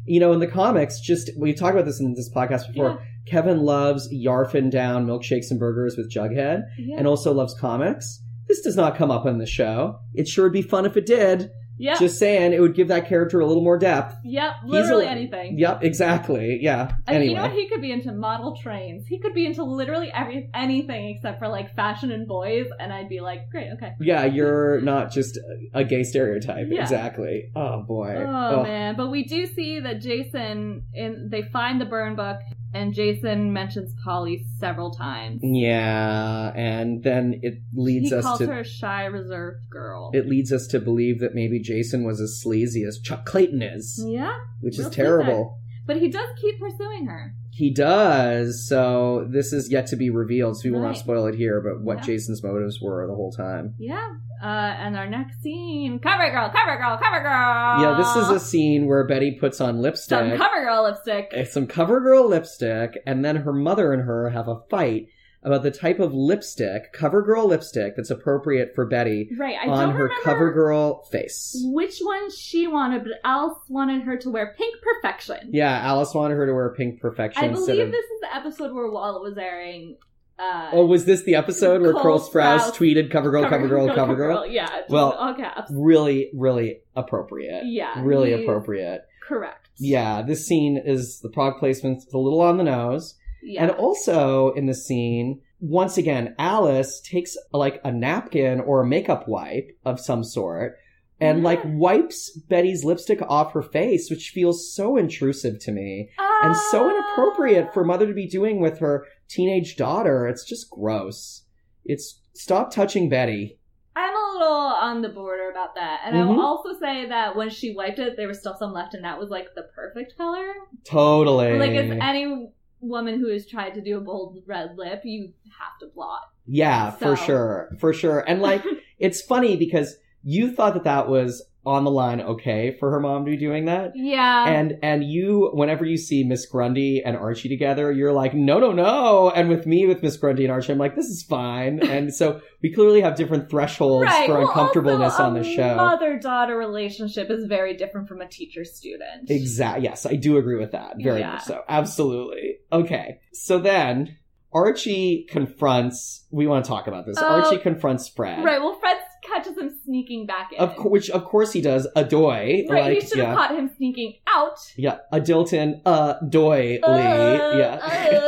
S1: You know, in the comics, just we talked about this in this podcast before. Kevin loves yarfing down milkshakes and burgers with Jughead,
S2: Yeah.
S1: and also loves comics. This does not come up in the show. It sure would be fun if it did.
S2: yep.
S1: Just saying, it would give that character a little more depth.
S2: yep.
S1: He's a-
S2: Literally anything.
S1: Yep, exactly. Yeah.
S2: I mean,
S1: anyway,
S2: you know what? He could be into model trains. He could be into literally every anything except for like fashion and boys. And I'd be like, great, okay.
S1: yeah, you're not just a gay stereotype.
S2: Yeah.
S1: Exactly. Oh boy.
S2: Oh
S1: Ugh.
S2: man! But we do see that Jason in they find the burn book, and Jason mentions Polly several times.
S1: Yeah, and then it leads
S2: he
S1: us
S2: calls
S1: to
S2: her a shy, reserved girl.
S1: it leads us to believe that maybe Jason was as sleazy as Chuck Clayton is,
S2: yeah,
S1: which
S2: Mm, we'll
S1: is
S2: see
S1: terrible.
S2: but he does keep pursuing her.
S1: He does. So this is yet to be revealed, so we will
S2: Right.
S1: not spoil it here, but what
S2: Yeah.
S1: Jason's motives were the whole time.
S2: Yeah. Uh, and our next scene, cover girl, cover girl, cover girl.
S1: Yeah, this is a scene where Betty puts on
S2: Uh, some
S1: lipstick,
S2: cover girl lipstick.
S1: eh, some CoverGirl lipstick, and then her mother and her have a fight about the type of lipstick, CoverGirl lipstick, that's appropriate for Betty
S2: Right. I
S1: on
S2: don't
S1: her
S2: remember
S1: CoverGirl face.
S2: which one she wanted, but Alice wanted her to wear pink perfection.
S1: Yeah, Alice wanted her to wear pink perfection.
S2: I
S1: instead
S2: believe
S1: of-
S2: this is the episode where Walla was airing. Uh,
S1: Oh, was this the episode where Cole
S2: Cole
S1: Sprouse
S2: Sprouse.
S1: tweeted "Covergirl,
S2: Covergirl,
S1: Covergirl, Covergirl"?
S2: Yeah. just
S1: Well,
S2: all caps.
S1: Really, really appropriate.
S2: Yeah.
S1: Really
S2: he-
S1: appropriate.
S2: Correct.
S1: Yeah, this scene is the prog placement's a little on the nose,
S2: Yeah.
S1: and also in the scene, once again, Alice takes like a napkin or a makeup wipe of some sort. And
S2: Yeah.
S1: like wipes Betty's lipstick off her face, which feels so intrusive to me. and so
S2: Uh,
S1: inappropriate for mother to be doing with her teenage daughter. It's just gross. It's stop touching Betty.
S2: I'm a little on the border about that, and I
S1: Mhm.
S2: will also say that when she wiped it, there was still some left, and that was like the perfect color.
S1: Totally.
S2: Like, as any woman who has tried to do a bold red lip, you have to blot.
S1: yeah, for
S2: So.
S1: sure, for sure. And like, [laughs] it's funny because you thought that that was on the line okay for her mom to be doing that.
S2: [laughs] yeah.
S1: And and you, whenever you see Miss Grundy and Archie together, you're like, no, no, no. And with me, with Miss Grundy and Archie, I'm like, this is fine. And so we clearly have different thresholds for
S2: well,
S1: uncomfortableness
S2: also, um,
S1: on the show.
S2: A mother daughter relationship is very different from a teacher student.
S1: Exactly. Yes, I do agree with that. Very
S2: Yeah.
S1: much so. Absolutely. Okay. So then Archie confronts. We want to talk about this.
S2: Oh,
S1: Archie confronts Fred.
S2: Right. Well, Fred catches him sneaking back in.
S1: Of course, which of course he does. Adoy.
S2: Right.
S1: Like,
S2: he should have
S1: yeah.
S2: caught him sneaking out.
S1: Yeah. Adilton. Adoy. Lee.
S2: Oh,
S1: [laughs]
S2: oh,
S1: Yeah.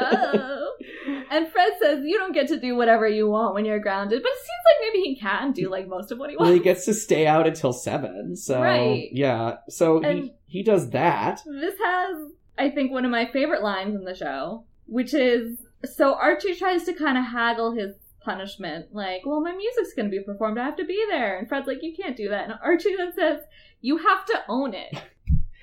S2: oh. And Fred says, "You don't get to do whatever you want when you're grounded." But it seems like maybe he can do like most of what he
S1: well,
S2: wants.
S1: he gets to stay out until seven. So
S2: Right.
S1: yeah. So
S2: And-
S1: he he does that.
S2: This has, I think, one of my favorite lines in the show, which is so Archie tries to kind of haggle his punishment, like, well, my music's going to be performed. I have to be there. And Fred's like, you can't do that. And Archie then says, you have to
S1: [laughs]
S2: own it.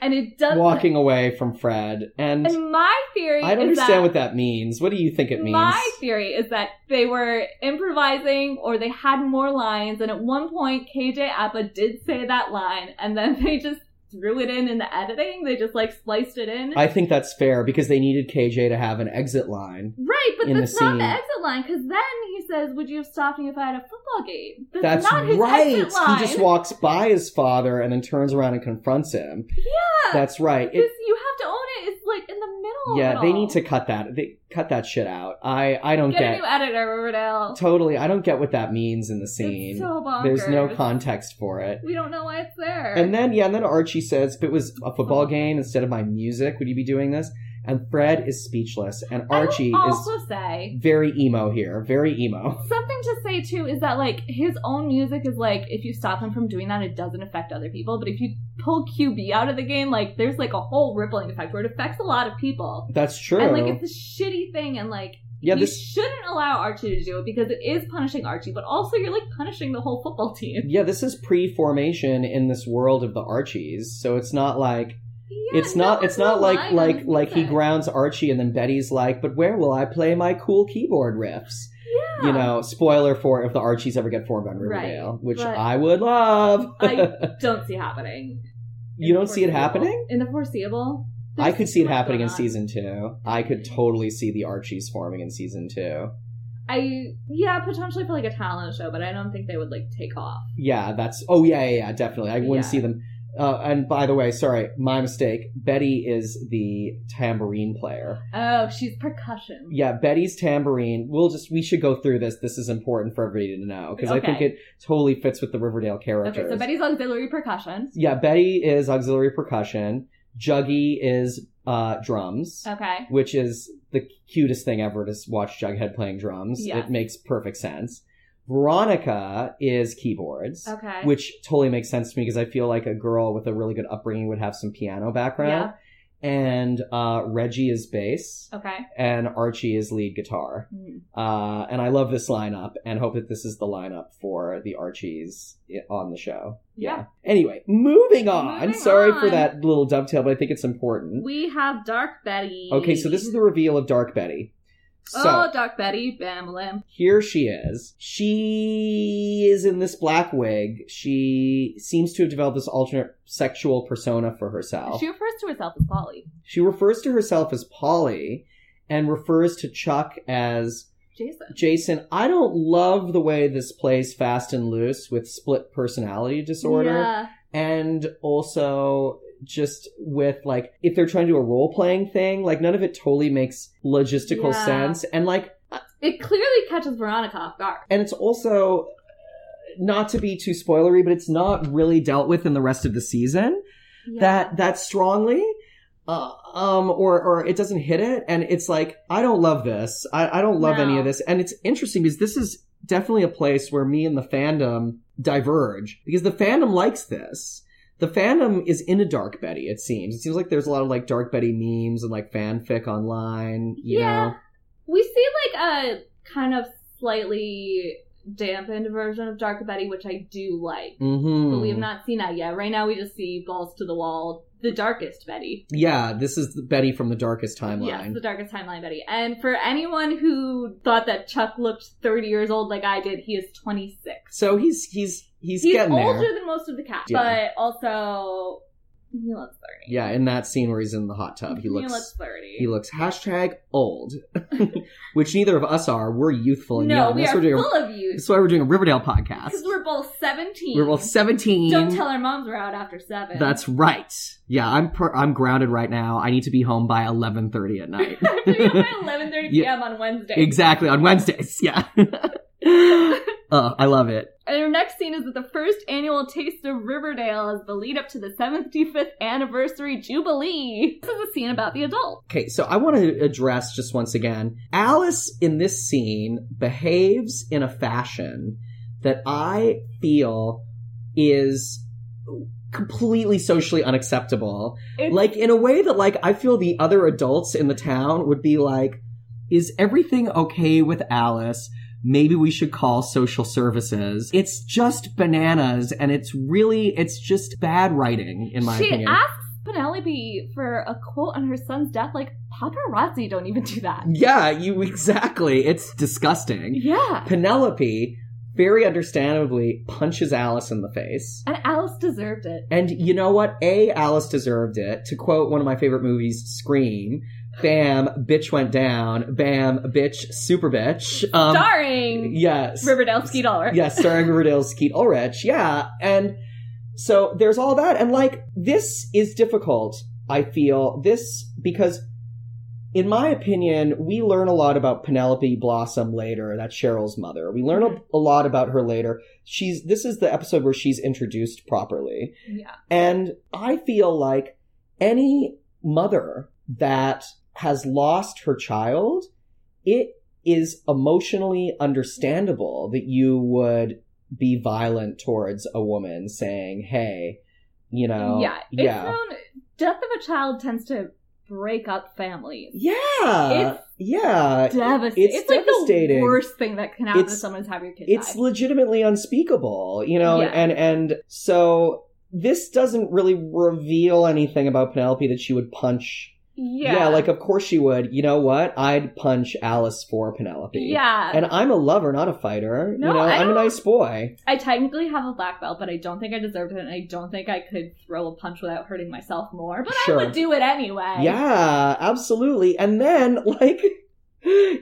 S2: And it doesn't.
S1: Walking away from Fred, and,
S2: And my theory
S1: I don't
S2: is
S1: understand
S2: that.
S1: what that means. What do you think it means?
S2: My theory is that they were improvising or they had more lines, and at one point KJ Appa did say that line, and then [laughs] they just threw it in in the editing. They just like spliced it in.
S1: I think that's fair because they needed KJ to have an exit line.
S2: Right, but
S1: in the
S2: that's not
S1: scene.
S2: the exit line because then he says, "Would you have stopped me if I had a football game?"
S1: That's
S2: not his
S1: right.
S2: Exit line.
S1: He just walks by his father and then turns around and confronts him.
S2: Yeah,
S1: That's right. It,
S2: this, you have to own it. It's like in the middle. of
S1: yeah,
S2: it
S1: they
S2: all.
S1: need to cut that. They cut that shit out. I I don't
S2: get,
S1: get,
S2: a new editor, Riverdale.
S1: totally. I don't get what that means in the
S2: It's
S1: scene.
S2: so bonkers.
S1: There's no context for it.
S2: We don't know why it's there.
S1: And then yeah, and then Archie says, "If it was a football game instead of my music, would you be doing this?" and Fred is speechless, and Archie
S2: I would
S1: is
S2: also say
S1: very emo here, very emo.
S2: something to say too is that like his own music is like if you stop him from doing that, it doesn't affect other people. But if you pull QB out of the game, like there's like a whole rippling effect where it affects a lot of people.
S1: That's true.
S2: And like it's a shitty thing, and like
S1: yeah,
S2: you
S1: this
S2: shouldn't allow Archie to do it because it is punishing Archie, but also you're like punishing the whole football team. [laughs]
S1: yeah, this is pre-formation in this world of the Archies, so it's not like
S2: Yeah,
S1: it's
S2: no
S1: not
S2: one's
S1: it's not like
S2: relying on
S1: like
S2: his
S1: like he
S2: music.
S1: grounds Archie and then Betty's like, but where will I play my cool keyboard riffs?
S2: Yeah.
S1: You know, spoiler for if the Archies ever get formed on
S2: Right,
S1: Riverdale, which
S2: but-
S1: I would love. [laughs]
S2: I don't see happening. in
S1: you
S2: the
S1: don't see it
S2: foreseeable-
S1: happening?
S2: in the foreseeable.
S1: I could see it
S2: There's so much
S1: happening in
S2: going on.
S1: season two. I could totally see the Archies forming in season two.
S2: I yeah, potentially for like a talent show, but I don't think they would like take off.
S1: Yeah, that's. Oh yeah, yeah, yeah definitely. I wouldn't
S2: Yeah.
S1: see them. Uh, and by the way, sorry, my mistake. Betty is the tambourine player.
S2: Oh, she's percussion.
S1: Yeah, Betty's tambourine. We'll just we should go through this. This is important for everybody to know because I think
S2: Okay.
S1: it totally fits with the Riverdale characters.
S2: Okay, so Betty's auxiliary percussion.
S1: yeah, Betty is auxiliary percussion. Juggy is uh, drums,
S2: Okay.
S1: which is the cutest thing ever to s- watch Jughead playing drums.
S2: Yes.
S1: It makes perfect sense. Veronica is keyboards.
S2: Okay.
S1: Which totally makes sense to me because I feel like a girl with a really good upbringing would have some piano background. And uh, Reggie is bass,
S2: Okay.
S1: and Archie is lead guitar.
S2: Mhm.
S1: Uh, and I love this lineup and hope that this is the lineup for the Archies i- on the show.
S2: Yeah.
S1: Anyway, moving on.
S2: Moving
S1: Sorry for
S2: on.
S1: that little dovetail, but I think it's important.
S2: We have Dark Betty.
S1: Okay, so this is the reveal of Dark Betty. So
S2: oh, Dark Betty, bam, limp.
S1: here she is. She is in this black wig. She seems to have developed this alternate sexual persona for herself.
S2: She refers to herself as Polly.
S1: She refers to herself as Polly and refers to Chuck as
S2: Jason.
S1: Jason, I don't love the way this plays fast and loose with split personality disorder
S2: Yeah.
S1: and also just with like if they're trying to do a role playing thing, like none of it totally makes logistical
S2: Yeah.
S1: sense and like
S2: It clearly catches Veronica off guard.
S1: and it's also uh, not to be too spoilery, but it's not really dealt with in the rest of the season
S2: Yeah.
S1: that that strongly uh, um or or it doesn't hit it and it's like i don't love this i, I don't love any
S2: No.
S1: of this and it's interesting because this is definitely a place where me and the fandom diverge because the fandom likes this the fandom is into dark betty it seems it seems like there's a lot of like dark betty memes and like fanfic online you
S2: Yeah.
S1: know
S2: We see like a kind of slightly dampened version of Dark Betty, which I do like.
S1: mm-hmm.
S2: But we have not seen that yet. Right now we just see balls to the wall, the darkest Betty.
S1: yeah this is the betty from the darkest timeline
S2: Yes, the darkest timeline Betty. And for anyone who thought that Chuck looked 30 years old like I did, he is 26.
S1: so he's he's he's,
S2: He's
S1: getting
S2: older
S1: there
S2: than most of the cast,
S1: Yeah.
S2: but also he looks 30.
S1: yeah in that scene where he's in the hot tub he looks
S2: 30.
S1: He looks hashtag old, [laughs] which neither of us are. We're youthful and
S2: no,
S1: young.
S2: we
S1: That's,
S2: are
S1: we're doing
S2: full of
S1: a,
S2: you
S1: [laughs] that's why we're doing a Riverdale podcast.
S2: because we're both 17.
S1: We're both 17.
S2: Don't tell our moms we're out after seven. [laughs]
S1: That's right. Yeah, I'm per- I'm grounded right now. I need to be home by 11:30 at night.
S2: [laughs] I have to be up by 11:30 p.m. on Wednesday.
S1: [laughs] exactly on Wednesdays. Yeah. [laughs] oh, I love it.
S2: And our next scene is that the first annual Taste of Riverdale is the lead up to the 75th anniversary Jubilee. This is a scene about the adult.
S1: Okay, so I want to address just once again. Alice in this scene behaves in a fashion that I feel is completely socially unacceptable.
S2: It's-
S1: Like in a way that like I feel the other adults in the town would be like, is everything okay with Alice? Maybe we should call social services. It's just bananas and it's really it's just bad writing in my
S2: she
S1: opinion.
S2: asks Penelope for a quote on her son's death. Like paparazzi don't even
S1: [laughs]
S2: do that.
S1: yeah, you exactly. It's disgusting.
S2: Yeah.
S1: Penelope, very understandably, punches Alice in the face.
S2: And Alice deserved it.
S1: And you know what? A, Alice deserved it. To quote one of my favorite movies, Scream, bam, bitch went down, bam, bitch, super bitch. Um,
S2: Starring
S1: yes.
S2: Riverdale Ski Dollar.
S1: Yes, starring Riverdale's Skeet Ulrich. Yeah. And so there's all that. And like, this is difficult, I feel. This, because in my opinion, we learn a lot about Penelope Blossom later. That's Cheryl's mother. We learn a, a lot about her later. She's, this is the episode where she's introduced properly.
S2: Yeah.
S1: And I feel like any mother that has lost her child, it is emotionally understandable that you would be violent towards a woman saying, hey, you know,
S2: yeah, it's
S1: yeah.
S2: known. Death of a child tends to break up families.
S1: yeah, yeah.
S2: Devastating.
S1: it's
S2: It's, like
S1: devastating.
S2: the worst thing that can happen
S1: It's-
S2: to someone is have your kid
S1: it's
S2: die.
S1: legitimately unspeakable you know
S2: Yeah.
S1: and and so this doesn't really reveal anything about penelope that she would punch
S2: yeah,
S1: like of course she would you know what i'd punch alice for penelope
S2: yeah.
S1: and i'm a lover not a fighter
S2: No,
S1: you know
S2: I
S1: i'm a
S2: don't-
S1: nice boy
S2: I technically have a black belt, but I don't think I deserved it, and I don't think I could throw a punch without hurting myself more. But
S1: Sure.
S2: I would do it anyway.
S1: yeah absolutely and then [laughs] like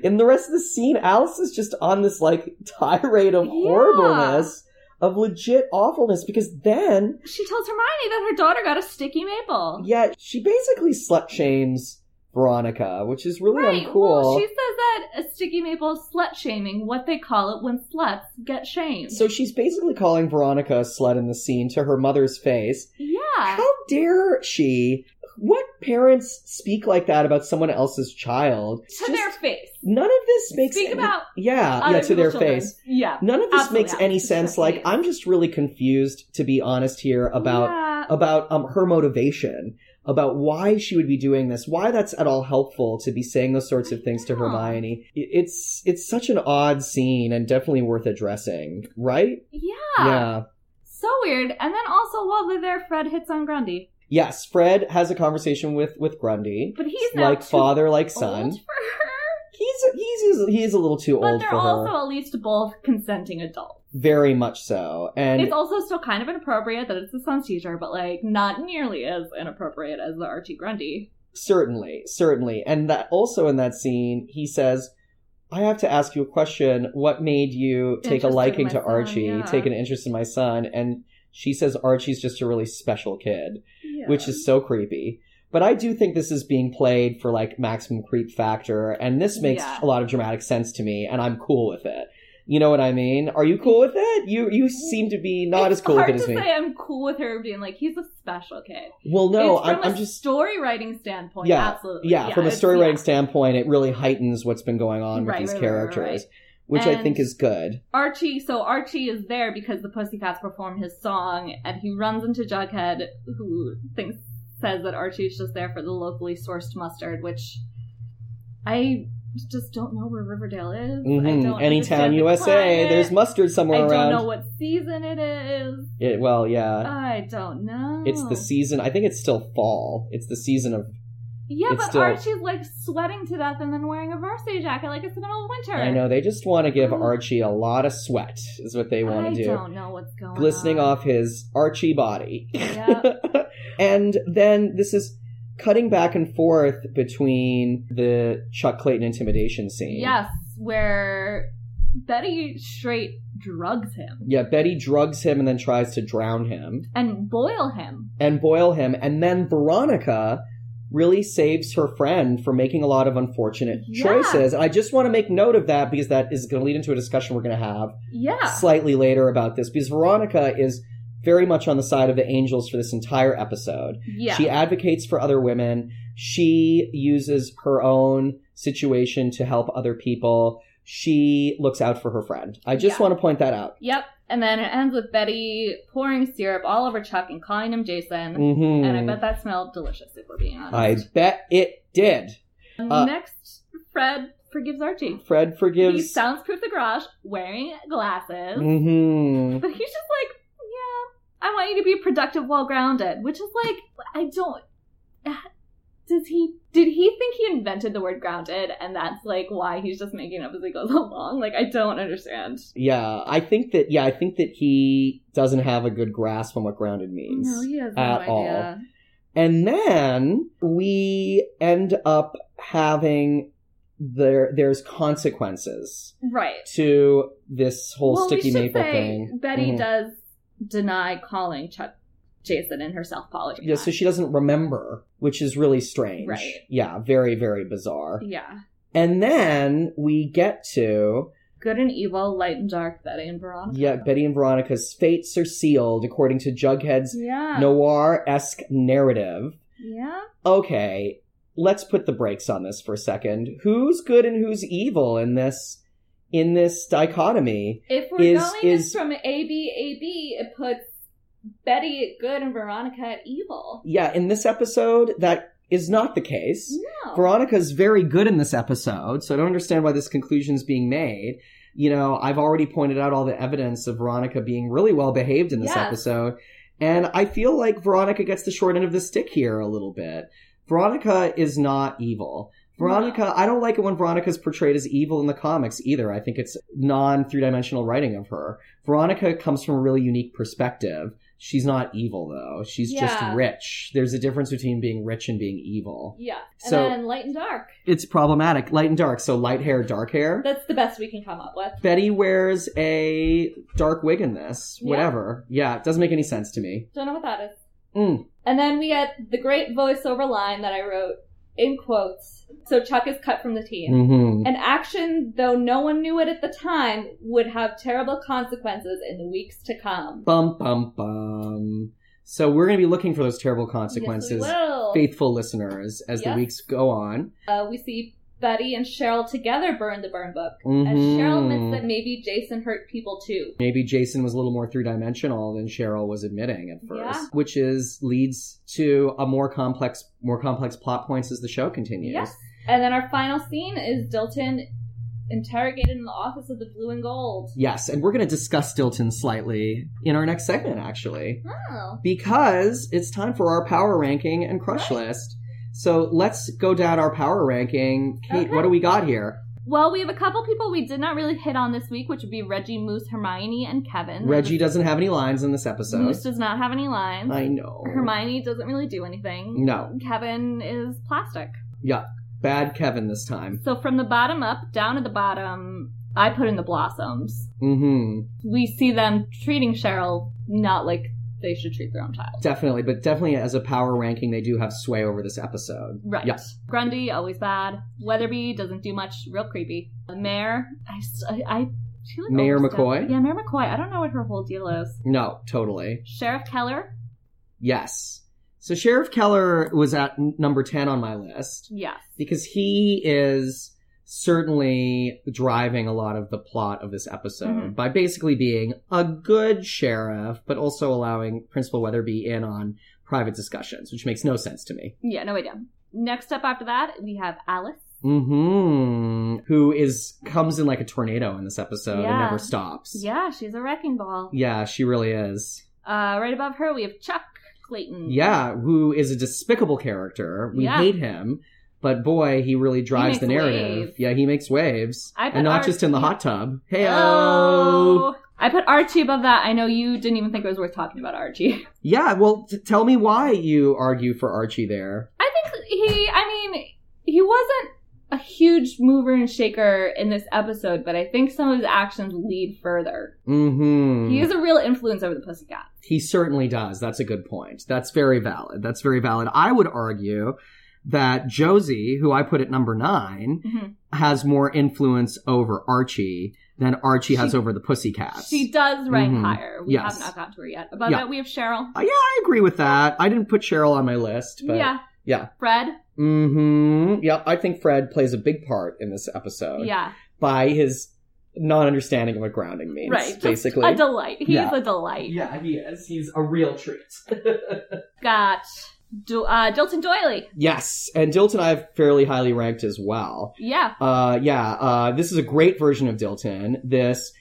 S1: in the rest of the scene alice is just on this like tirade of
S2: Yeah.
S1: horribleness of legit awfulness because then
S2: She tells Hermione that her daughter got a sticky maple.
S1: Yeah, she basically slut shames Veronica, which is really
S2: Right.
S1: uncool.
S2: Well, she says that a sticky maple is slut shaming, what they call it when sluts get shamed.
S1: so she's basically calling Veronica a slut in the scene to her mother's face.
S2: yeah.
S1: How dare she? What parents speak like that about someone else's child? It's
S2: To
S1: just-
S2: their face.
S1: none of this makes
S2: Speak
S1: any-
S2: about
S1: yeah,
S2: other
S1: yeah, to their
S2: people's children.
S1: face.
S2: Yeah.
S1: None of this
S2: Absolutely,
S1: makes any
S2: Alex,
S1: sense.
S2: exactly.
S1: Like, I'm just really confused, to be honest here, about
S2: Yeah.
S1: about um, her motivation, about why she would be doing this, why that's at all helpful to be saying those sorts of things to
S2: Yeah.
S1: Hermione. I- It's it's such an odd scene and definitely worth addressing, right?
S2: yeah. So weird. And then also while they're there, Fred hits on Grundy.
S1: Yes, Fred has a conversation with with Grundy,
S2: But he's now
S1: like
S2: too
S1: father, like
S2: old
S1: son.
S2: for her.
S1: He's he's he's a little too
S2: But
S1: old
S2: they're
S1: for
S2: also
S1: her,
S2: at least both consenting adults.
S1: very much so, and
S2: it's also still kind of inappropriate that it's the son's teacher, but like not nearly as inappropriate as the Archie Grundy.
S1: Certainly, certainly. And that also in that scene, he says, I have to ask you a question. What made you take
S2: Interested
S1: a
S2: in
S1: liking
S2: my
S1: to
S2: son,
S1: Archie,
S2: yeah."
S1: take an interest in my son? And she says Archie's just a really special kid,
S2: Yeah.
S1: which is so creepy. But I do think this is being played for like maximum creep factor, and this makes
S2: Yeah.
S1: a lot of dramatic sense to me, and I'm cool with it. You know what I mean? Are you cool with it? You you seem to be not
S2: it's
S1: as cool with
S2: hard
S1: it as
S2: to
S1: me.
S2: say I'm cool with her being like he's a special kid.
S1: well, no,
S2: it's from
S1: I'm,
S2: a
S1: I'm just
S2: story writer standpoint.
S1: Yeah,
S2: absolutely.
S1: yeah, from a
S2: it's-
S1: story
S2: yeah.
S1: writing standpoint, it really heightens what's been going on
S2: Right,
S1: with these
S2: right, right, right,
S1: characters,
S2: right.
S1: which I
S2: And-
S1: think is good.
S2: Archie, so Archie is there because the Pussycats perform his song, and he runs into Jughead, who thinks says that Archie is just there for the locally sourced mustard, which I just don't know where Riverdale is.
S1: Mhm. Anytown
S2: Anytown,
S1: USA, there's mustard
S2: I
S1: somewhere
S2: don't
S1: around.
S2: know what season it is.
S1: Yeah, well, yeah,
S2: I don't know.
S1: it's the season. I think it's still fall. It's the season of.
S2: Yeah,
S1: it's
S2: but
S1: still-
S2: Archie's like sweating to death and then wearing a varsity jacket like it's the middle of winter.
S1: I know they just want to give
S2: Mm.
S1: Archie a lot of sweat, is what they want
S2: I
S1: to do.
S2: don't know what's going
S1: glistening
S2: on.
S1: off his Archie body. [laughs]
S2: Yeah.
S1: and then this is cutting back and forth between the Chuck Clayton intimidation scene.
S2: Yes, where Betty straight drugs him
S1: Yeah, Betty drugs him and then tries to drown him
S2: and boil him.
S1: and boil him. And then Veronica really saves her friend for making a lot of unfortunate
S2: Yeah.
S1: choices. And I just want to make note of that because that is going to lead into a discussion we're going to have
S2: Yeah.
S1: slightly later about this because Veronica is very much on the side of the angels for this entire episode.
S2: Yeah.
S1: She advocates for other women. She uses her own situation to help other people. She looks out for her friend. I just
S2: Yeah.
S1: want to point that out.
S2: yep. And then it ends with Betty pouring syrup all over Chuck and calling him Jason.
S1: Mhm.
S2: Mm-hmm. And I bet that smelled delicious if we're being
S1: I
S2: honest.
S1: bet it did. uh,
S2: Next, Fred forgives Archie.
S1: Fred
S2: He
S1: forgives.
S2: soundproofed the garage wearing glasses.
S1: hmm
S2: But he's just like, yeah, I want you to be productive, well grounded, which is like, I don't. Does he? Did he think he invented the word grounded, and that's like why he's just making up as he goes [laughs] along? Like, I don't understand.
S1: Yeah, I think that. Yeah, I think that he doesn't have a good grasp on what grounded means.
S2: No, he has
S1: no
S2: no
S1: at all. idea.
S2: idea.
S1: And then we end up having there. There's consequences
S2: Right.
S1: to this whole
S2: well,
S1: sticky
S2: we should
S1: maple
S2: say
S1: thing.
S2: Betty
S1: Mhm.
S2: does deny calling Chuck Jason in her self apology.
S1: Yeah, so she doesn't remember, which is really strange.
S2: Right.
S1: Yeah, very, very bizarre.
S2: yeah,
S1: And then we get to
S2: good and evil, light and dark, Betty and Veronica.
S1: Yeah, Betty and Veronica's fates are sealed according to Jughead's
S2: Yeah.
S1: noir esque narrative.
S2: Yeah.
S1: Okay, let's put the brakes on this for a second. Who's good and who's evil in this in this dichotomy?
S2: If we're
S1: Is-
S2: going
S1: is-
S2: from A B A B, it puts Betty at good and Veronica at evil.
S1: Yeah, in this episode, that is not the case.
S2: No.
S1: Veronica's very good in this episode, so I don't understand why this conclusion's being made. You know, I've already pointed out all the evidence of Veronica being really well behaved in this
S2: Yes.
S1: episode, and I feel like Veronica gets the short end of the stick here a little bit. Veronica is not evil. Veronica, I don't like it when Veronica's portrayed as evil in the comics either. I think it's non three dimensional writing of her. Veronica comes from a really unique perspective. She's not evil though. She's
S2: Yeah.
S1: just rich. There's a difference between being rich and being evil
S2: yeah. And
S1: So-
S2: then light and dark.
S1: it's problematic. Light and dark. So light hair, dark hair.
S2: That's the best we can come up with.
S1: Betty wears a dark wig in this.
S2: Yeah.
S1: Whatever. Yeah, it doesn't make any sense to me.
S2: Don't know what that is.
S1: Mm.
S2: And then we get the great voiceover line that I wrote in quotes. So Chuck is cut from the team.
S1: Mm-hmm.
S2: An action, though no one knew it at the time, would have terrible consequences in the weeks to come.
S1: Bum bum bum. So we're gonna be looking for those terrible
S2: Yes, we
S1: consequences,
S2: will.
S1: faithful listeners, as
S2: Yes.
S1: the weeks go on.
S2: Uh, we see Betty and Cheryl together burn the burn book. As
S1: Mhm.
S2: Cheryl admits that maybe Jason hurt people too.
S1: Maybe Jason was a little more three dimensional than Cheryl was admitting at first,
S2: Yeah.
S1: which is leads to a more complex, more complex plot points as the show continues.
S2: Yes. And then our final scene is Dilton interrogated in the office of the Blue and Gold.
S1: Yes, and we're going to discuss Stilton slightly in our next segment, actually,
S2: Oh.
S1: because it's time for our power ranking and crush
S2: Right.
S1: list. So let's go down our power ranking. Kate,
S2: Okay.
S1: what do we got here?
S2: Well, we have a couple people we did not really hit on this week, which would be Reggie, Moose, Hermione, and Mm-hmm. Kevin.
S1: Reggie doesn't have any lines in this
S2: Moose
S1: episode.
S2: does not have any lines.
S1: I know.
S2: Hermione doesn't really do anything.
S1: No,
S2: Kevin is plastic.
S1: bad Kevin this time.
S2: So from the bottom up, down to the bottom, I put in the blossoms.
S1: Mm-hmm.
S2: We see them treating Cheryl not like they should treat their own child.
S1: Definitely, but definitely as a power ranking, they do have sway over this episode.
S2: Right.
S1: Yes.
S2: Grundy, always bad. Weatherby doesn't do much, real creepy. Uh, Mayor, I, s- I- I- she, like,
S1: Mayor
S2: always
S1: McCoy?
S2: does- Yeah, Mayor McCoy. I don't know what her whole deal is.
S1: No, totally.
S2: Sheriff Keller,
S1: Yes. So Sheriff Keller was at n- number 10 on my list.
S2: yes.
S1: because he is certainly driving a lot of the plot of this episode
S2: Mhm.
S1: by basically being a good sheriff, but also allowing Principal Weatherby in on private discussions, which makes no sense to me.
S2: Yeah, no idea. Next up after that, we have Alice.
S1: Hmm. Who is comes in like a tornado in this episode and
S2: Yeah.
S1: never stops?
S2: Yeah, she's a wrecking ball.
S1: Yeah, she really is.
S2: Uh, right above her, we have Chuck Clayton.
S1: Yeah, who is a despicable character. We
S2: Mm-hmm. Yeah.
S1: hate him, but boy, he really drives the
S2: makes
S1: narrative.
S2: waves.
S1: Yeah, he makes waves,
S2: I put
S1: and not
S2: our-
S1: just in the hot tub. Hey,
S2: Oh. I put Archie above that. I know you didn't even think it was worth talking about Archie. [laughs]
S1: Yeah, well, t- tell me why you argue for Archie there.
S2: I think he, I mean, he wasn't a huge mover and shaker in this episode, but I think some of his actions lead further.
S1: Mm-hmm.
S2: He is a real influence over the pussycat.
S1: he certainly does. That's a good point. That's very valid. That's very valid. I would argue that Josie, who I put at number 9
S2: Mhm.
S1: has more influence over Archie than Archie has
S2: She-
S1: over the Pussycats.
S2: She does rank
S1: Mhm.
S2: higher. We
S1: Yes.
S2: have not gotten to her yet. Above
S1: Yeah.
S2: that, we have Cheryl.
S1: Uh, yeah, I agree with that. I didn't put Cheryl on my list, but
S2: yeah.
S1: yeah.
S2: Fred.
S1: Mm-hmm. Yeah, I think Fred plays a big part in this episode
S2: Yeah.
S1: by his non-understanding of what grounding means,
S2: Right. Just
S1: basically.
S2: A delight. He's
S1: Yeah.
S2: a delight.
S1: Yeah, he is. He's a real treat.
S2: Got Do- uh, Dilton Doily.
S1: yes, and Dilton I have fairly highly ranked as well.
S2: Yeah.
S1: Uh, yeah, uh, this is a great version of Dilton. This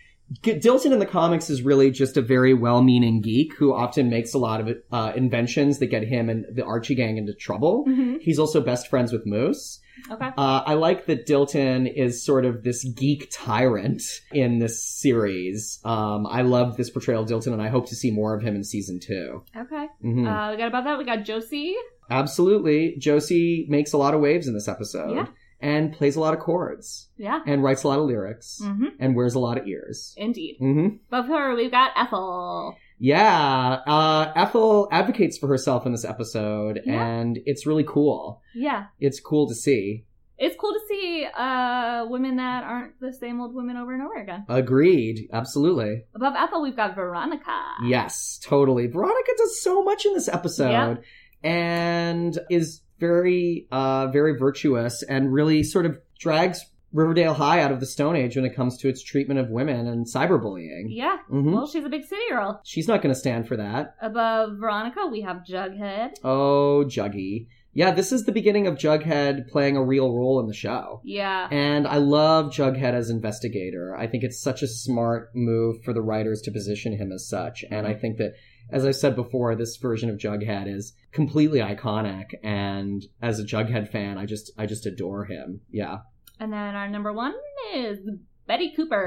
S1: G- Dilton in the comics is really just a very well-meaning geek who often makes a lot of uh, inventions that get him and the Archie gang into trouble.
S2: hmm
S1: He's also best friends with Moose.
S2: Okay.
S1: Uh, I like that Dilton is sort of this geek tyrant in this series. Um, I love this portrayal of Dilton, and I hope to see more of him in season 2
S2: Okay.
S1: Mhm.
S2: Uh, we got above that. We got Josie.
S1: Absolutely. Josie makes a lot of waves in this episode
S2: Yeah.
S1: and plays a lot of chords
S2: Yeah.
S1: and writes a lot of lyrics
S2: hmm
S1: and wears a lot of ears.
S2: Indeed.
S1: hmm
S2: Above her, we've got Ethel.
S1: Yeah. Uh, Ethel advocates for herself in this episode
S2: Yeah.
S1: and it's really cool.
S2: Yeah.
S1: It's cool to see.
S2: It's cool to see uh, women that aren't the same old women over and over again.
S1: Agreed. Absolutely.
S2: Above Ethel, we've got Veronica.
S1: Mm-hmm. Yes, totally. Veronica does so much in this episode
S2: Yeah.
S1: and is very, uh, very virtuous and really sort of drags Riverdale High out of the Stone Age when it comes to its treatment of women and cyberbullying.
S2: Yeah.
S1: hmm
S2: Well, she's a big city girl.
S1: She's not going to stand for that.
S2: Above Veronica, we have Jughead.
S1: Oh, Juggy. Yeah, this is the beginning of Jughead playing a real role in the show.
S2: Yeah.
S1: And I love Jughead as investigator. I think it's such a smart move for the writers to position him as such. And I think that, as I've said before, this version of Jughead is completely iconic. And as a Jughead fan, I just, I just adore him. Yeah.
S2: And then our number one is Betty Cooper.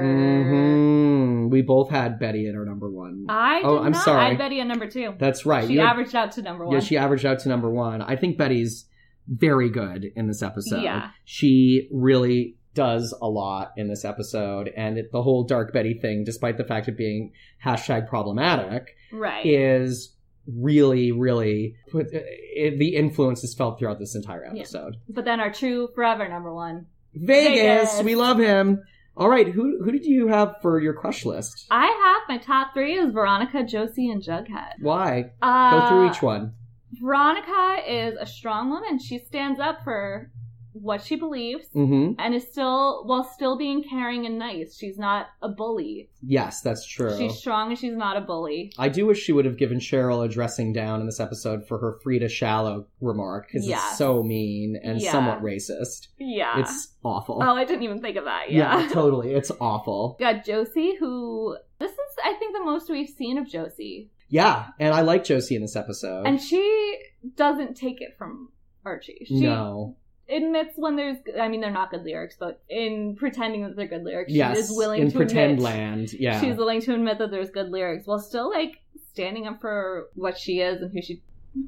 S1: hmm We both had Betty at our number one.
S2: I did
S1: Oh, I'm
S2: not.
S1: sorry.
S2: I had Betty at number two.
S1: That's right.
S2: Uh, she
S1: You had-
S2: averaged out to number one.
S1: yeah, she averaged out to number one. I think Betty's very good in this episode.
S2: Yeah.
S1: She really does a lot in this episode. And it, the whole Dark Betty thing, despite the fact of being hashtag problematic,
S2: right.
S1: is really, really put, it, the influence is felt throughout this entire
S2: Yeah.
S1: episode.
S2: But then our true forever number one.
S1: Vegas,
S2: Vegas.
S1: we love him. All right, who who did you have for your crush list?
S2: I have my top three is Veronica, Josie, and Jughead.
S1: Why? Go
S2: Uh,
S1: through each one.
S2: Veronica is a strong woman. She stands up for what she believes
S1: Mm-hmm.
S2: and is still, while still being caring and nice, she's not a bully.
S1: Yes, that's true.
S2: She's strong and she's not a bully.
S1: I do wish she would have given Cheryl a dressing down in this episode for her Frida Shallow remark because
S2: Yes.
S1: it's so mean and
S2: Yeah.
S1: somewhat racist.
S2: Yeah.
S1: It's awful.
S2: oh, I didn't even think of
S1: [laughs]
S2: that.
S1: yeah.
S2: Yeah.
S1: totally. It's awful.
S2: We got Josie, who this is, I think, the most we've seen of Josie,
S1: Yeah, and I like Josie in this episode.
S2: and she doesn't take it from Archie. She
S1: no,
S2: admits when there's, I mean, they're not good lyrics, but in pretending that they're good lyrics,
S1: yes,
S2: she is willing
S1: in
S2: to
S1: pretend
S2: admit
S1: land. Yeah,
S2: she's willing to admit that there's good lyrics while still like standing up for what she is and who she,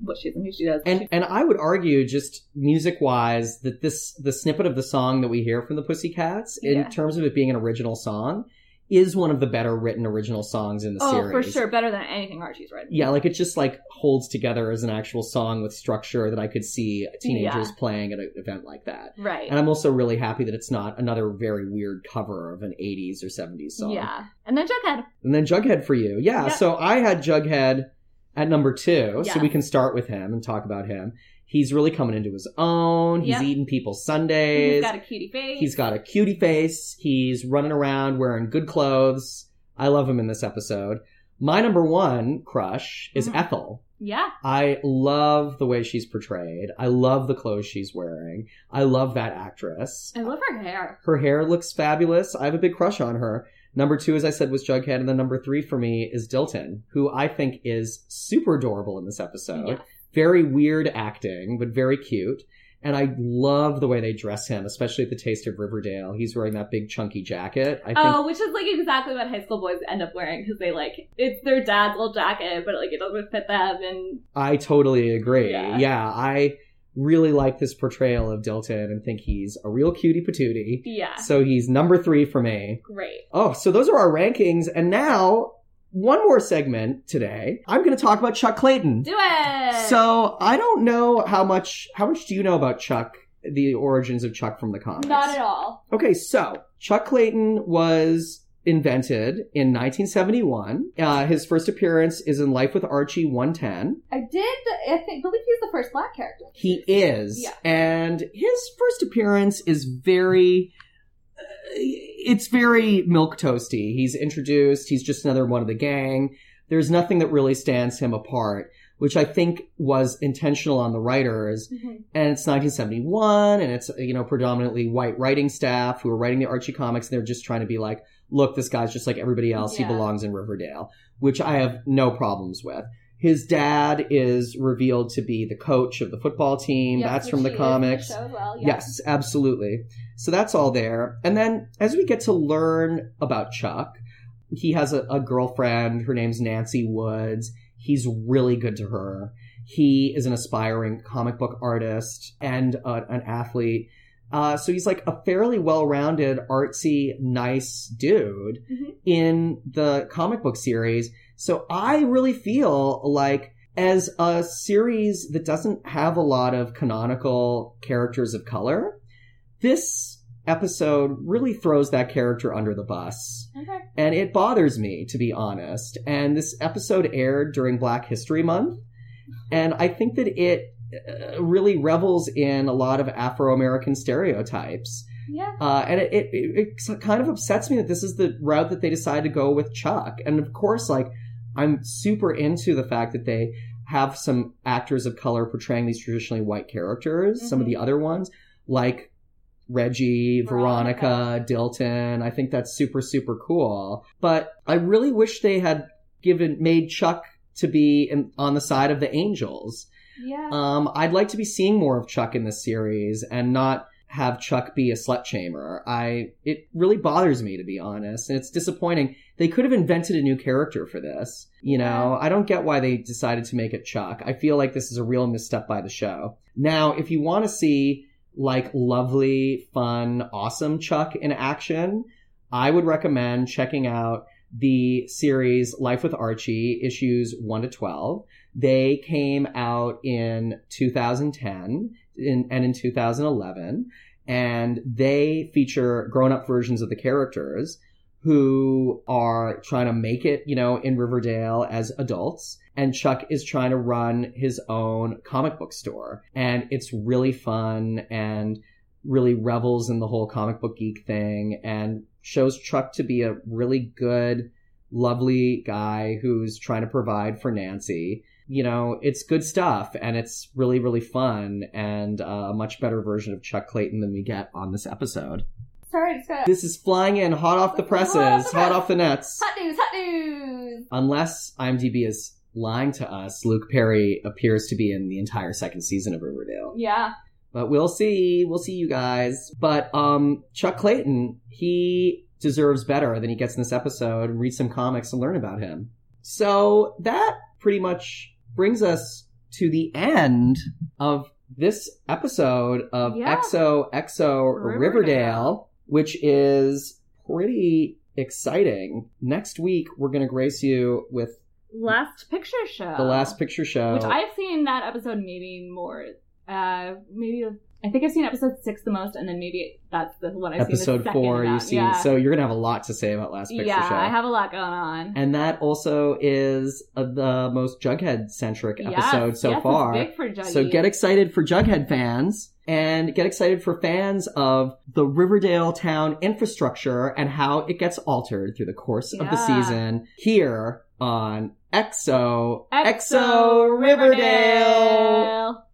S2: what she is and who she does.
S1: and and I would argue just music wise that this the snippet of the song that we hear from the Pussycats
S2: Yeah.
S1: in terms of it being an original song is one of the better written original songs in the
S2: oh,
S1: series.
S2: for sure, better than anything Archie's written.
S1: yeah like it just like holds together as an actual song with structure that i could see teenagers playing at an event like that
S2: Right.
S1: and i'm also really happy that it's not another very weird cover of an 80s or 70s song
S2: Yeah. And then Jughead.
S1: and then jughead for you yeah
S2: Yep.
S1: so i had jughead at number two so
S2: Yeah.
S1: we can start with him and talk about him he's really coming into his own he's
S2: Yep.
S1: eating people's
S2: He's
S1: sundays
S2: got a cutie face.
S1: he's got a cutie face he's running around wearing good clothes i love him in this episode my number one crush is
S2: Mhm.
S1: ethel
S2: yeah.
S1: I love the way she's portrayed. I love the clothes she's wearing. I love that actress.
S2: I love her hair.
S1: Her hair looks fabulous. I have a big crush on her. Number two, as I said, was Jughead, and then number three for me is Dilton, who I think is super adorable in this episode.
S2: Yeah.
S1: Very weird acting, but very cute. And I love the way they dress him, especially at the Taste of Riverdale. He's wearing that big chunky jacket. I think
S2: Oh, which is like exactly what high school boys end up wearing because they like it's their dad's little jacket, but like it doesn't fit them. And
S1: I totally agree.
S2: Yeah.
S1: Yeah. I really like this portrayal of Dilton and think he's a real cutie patootie. [laughs]
S2: yeah,
S1: So he's number three for me.
S2: great.
S1: Oh, so those are our rankings. And now, one more segment today. I'm going to talk about Chuck Clayton.
S2: Do it.
S1: So I don't know how much, how much do you know about Chuck, the origins of Chuck from the comics?
S2: not at all.
S1: Okay, so Chuck Clayton was invented in 1971. Uh, his first appearance is in Life with Archie 110.
S2: I did. I think believe he's the first black character.
S1: He is.
S2: Yeah.
S1: And his first appearance is very uh, it's very milk toasty. He's introduced, he's just another one of the gang. There's nothing that really stands him apart, which I think was intentional on the writers. And it's 1971 and it's you know predominantly white writing staff who are writing the Archie comics and they're just trying to be like, look, this guy's just like everybody else.
S2: Yeah.
S1: He belongs in Riverdale, which I have no problems with. His dad is revealed to be the coach of the football team.
S2: Yep,
S1: that's
S2: which
S1: from the
S2: he is in
S1: comics.
S2: show as well, yeah.
S1: Yes, absolutely. So that's all there. And then as we get to learn about Chuck, he has a, a girlfriend. Her name's Nancy Woods. He's really good to her. He is an aspiring comic book artist and uh, an athlete. Uh, so he's like a fairly well rounded, artsy, nice dude
S2: Mhm.
S1: in the comic book series. So I really feel like as a series that doesn't have a lot of canonical characters of color, this episode really throws that character under the bus.
S2: Okay.
S1: And it bothers me, to be honest. And this episode aired during Black History Month. And I think that it uh, really revels in a lot of Afro American stereotypes.
S2: Yeah.
S1: Uh, and it, it, it it kind of upsets me that this is the route that they decide to go with Chuck. And of course, like, I'm super into the fact that they have some actors of color portraying these traditionally white characters, some of the other ones, like Reggie, Veronica, Dilton. I think that's super, super cool. But I really wish they had given, made Chuck to be in, on the side of the angels.
S2: Yeah.
S1: Um, I'd like to be seeing more of Chuck in this series and not have Chuck be a slut shamer. I it really bothers me to be honest, and it's disappointing. They could have invented a new character for this. You know, I don't get why they decided to make it Chuck. I feel like this is a real misstep by the show. Now, if you want to see like lovely, fun, awesome Chuck in action, I would recommend checking out the series Life with Archie issues 1 to 12. They came out in 2010 in, and in 2011, and they feature grown up versions of the characters who are trying to make it, you know, in Riverdale as adults. And Chuck is trying to run his own comic book store. And it's really fun and really revels in the whole comic book geek thing and shows Chuck to be a really good, lovely guy who's trying to provide for Nancy. You know, it's good stuff and it's really, really fun and uh, a much better version of Chuck Clayton than we get on this episode.
S2: Sorry, just got
S1: This is flying in hot off the presses, hot off the
S2: [laughs]
S1: nets.
S2: hot news, hot news.
S1: Unless IMDb is lying to us, Luke Perry appears to be in the entire second season of Riverdale
S2: Yeah.
S1: but we'll see we'll see you guys but um chuck clayton he deserves better than he gets in this episode read some comics and learn about him so that pretty much brings us to the end of this episode of
S2: Yeah.
S1: exo exo riverdale,
S2: Riverdale.
S1: which is pretty exciting next week we're going to grace you with
S2: Last picture show.
S1: the last picture show
S2: Uh, Which I've seen that episode maybe more. Uh, maybe I think I've seen episode six the most, and then maybe that's the one I've seen. the
S1: episode
S2: second
S1: four you
S2: about.
S1: see
S2: Yeah.
S1: so you're gonna have a lot to say about last picture
S2: yeah,
S1: show
S2: I have a lot going on.
S1: and that also is uh, the most Jughead centric
S2: Yes,
S1: episode so
S2: yes, it's
S1: far.
S2: big for Juggy.
S1: So get excited for Jughead fans and get excited for fans of the Riverdale town infrastructure and how it gets altered through the course of the
S2: Yeah.
S1: season here on EXO
S2: Exo Riverdale.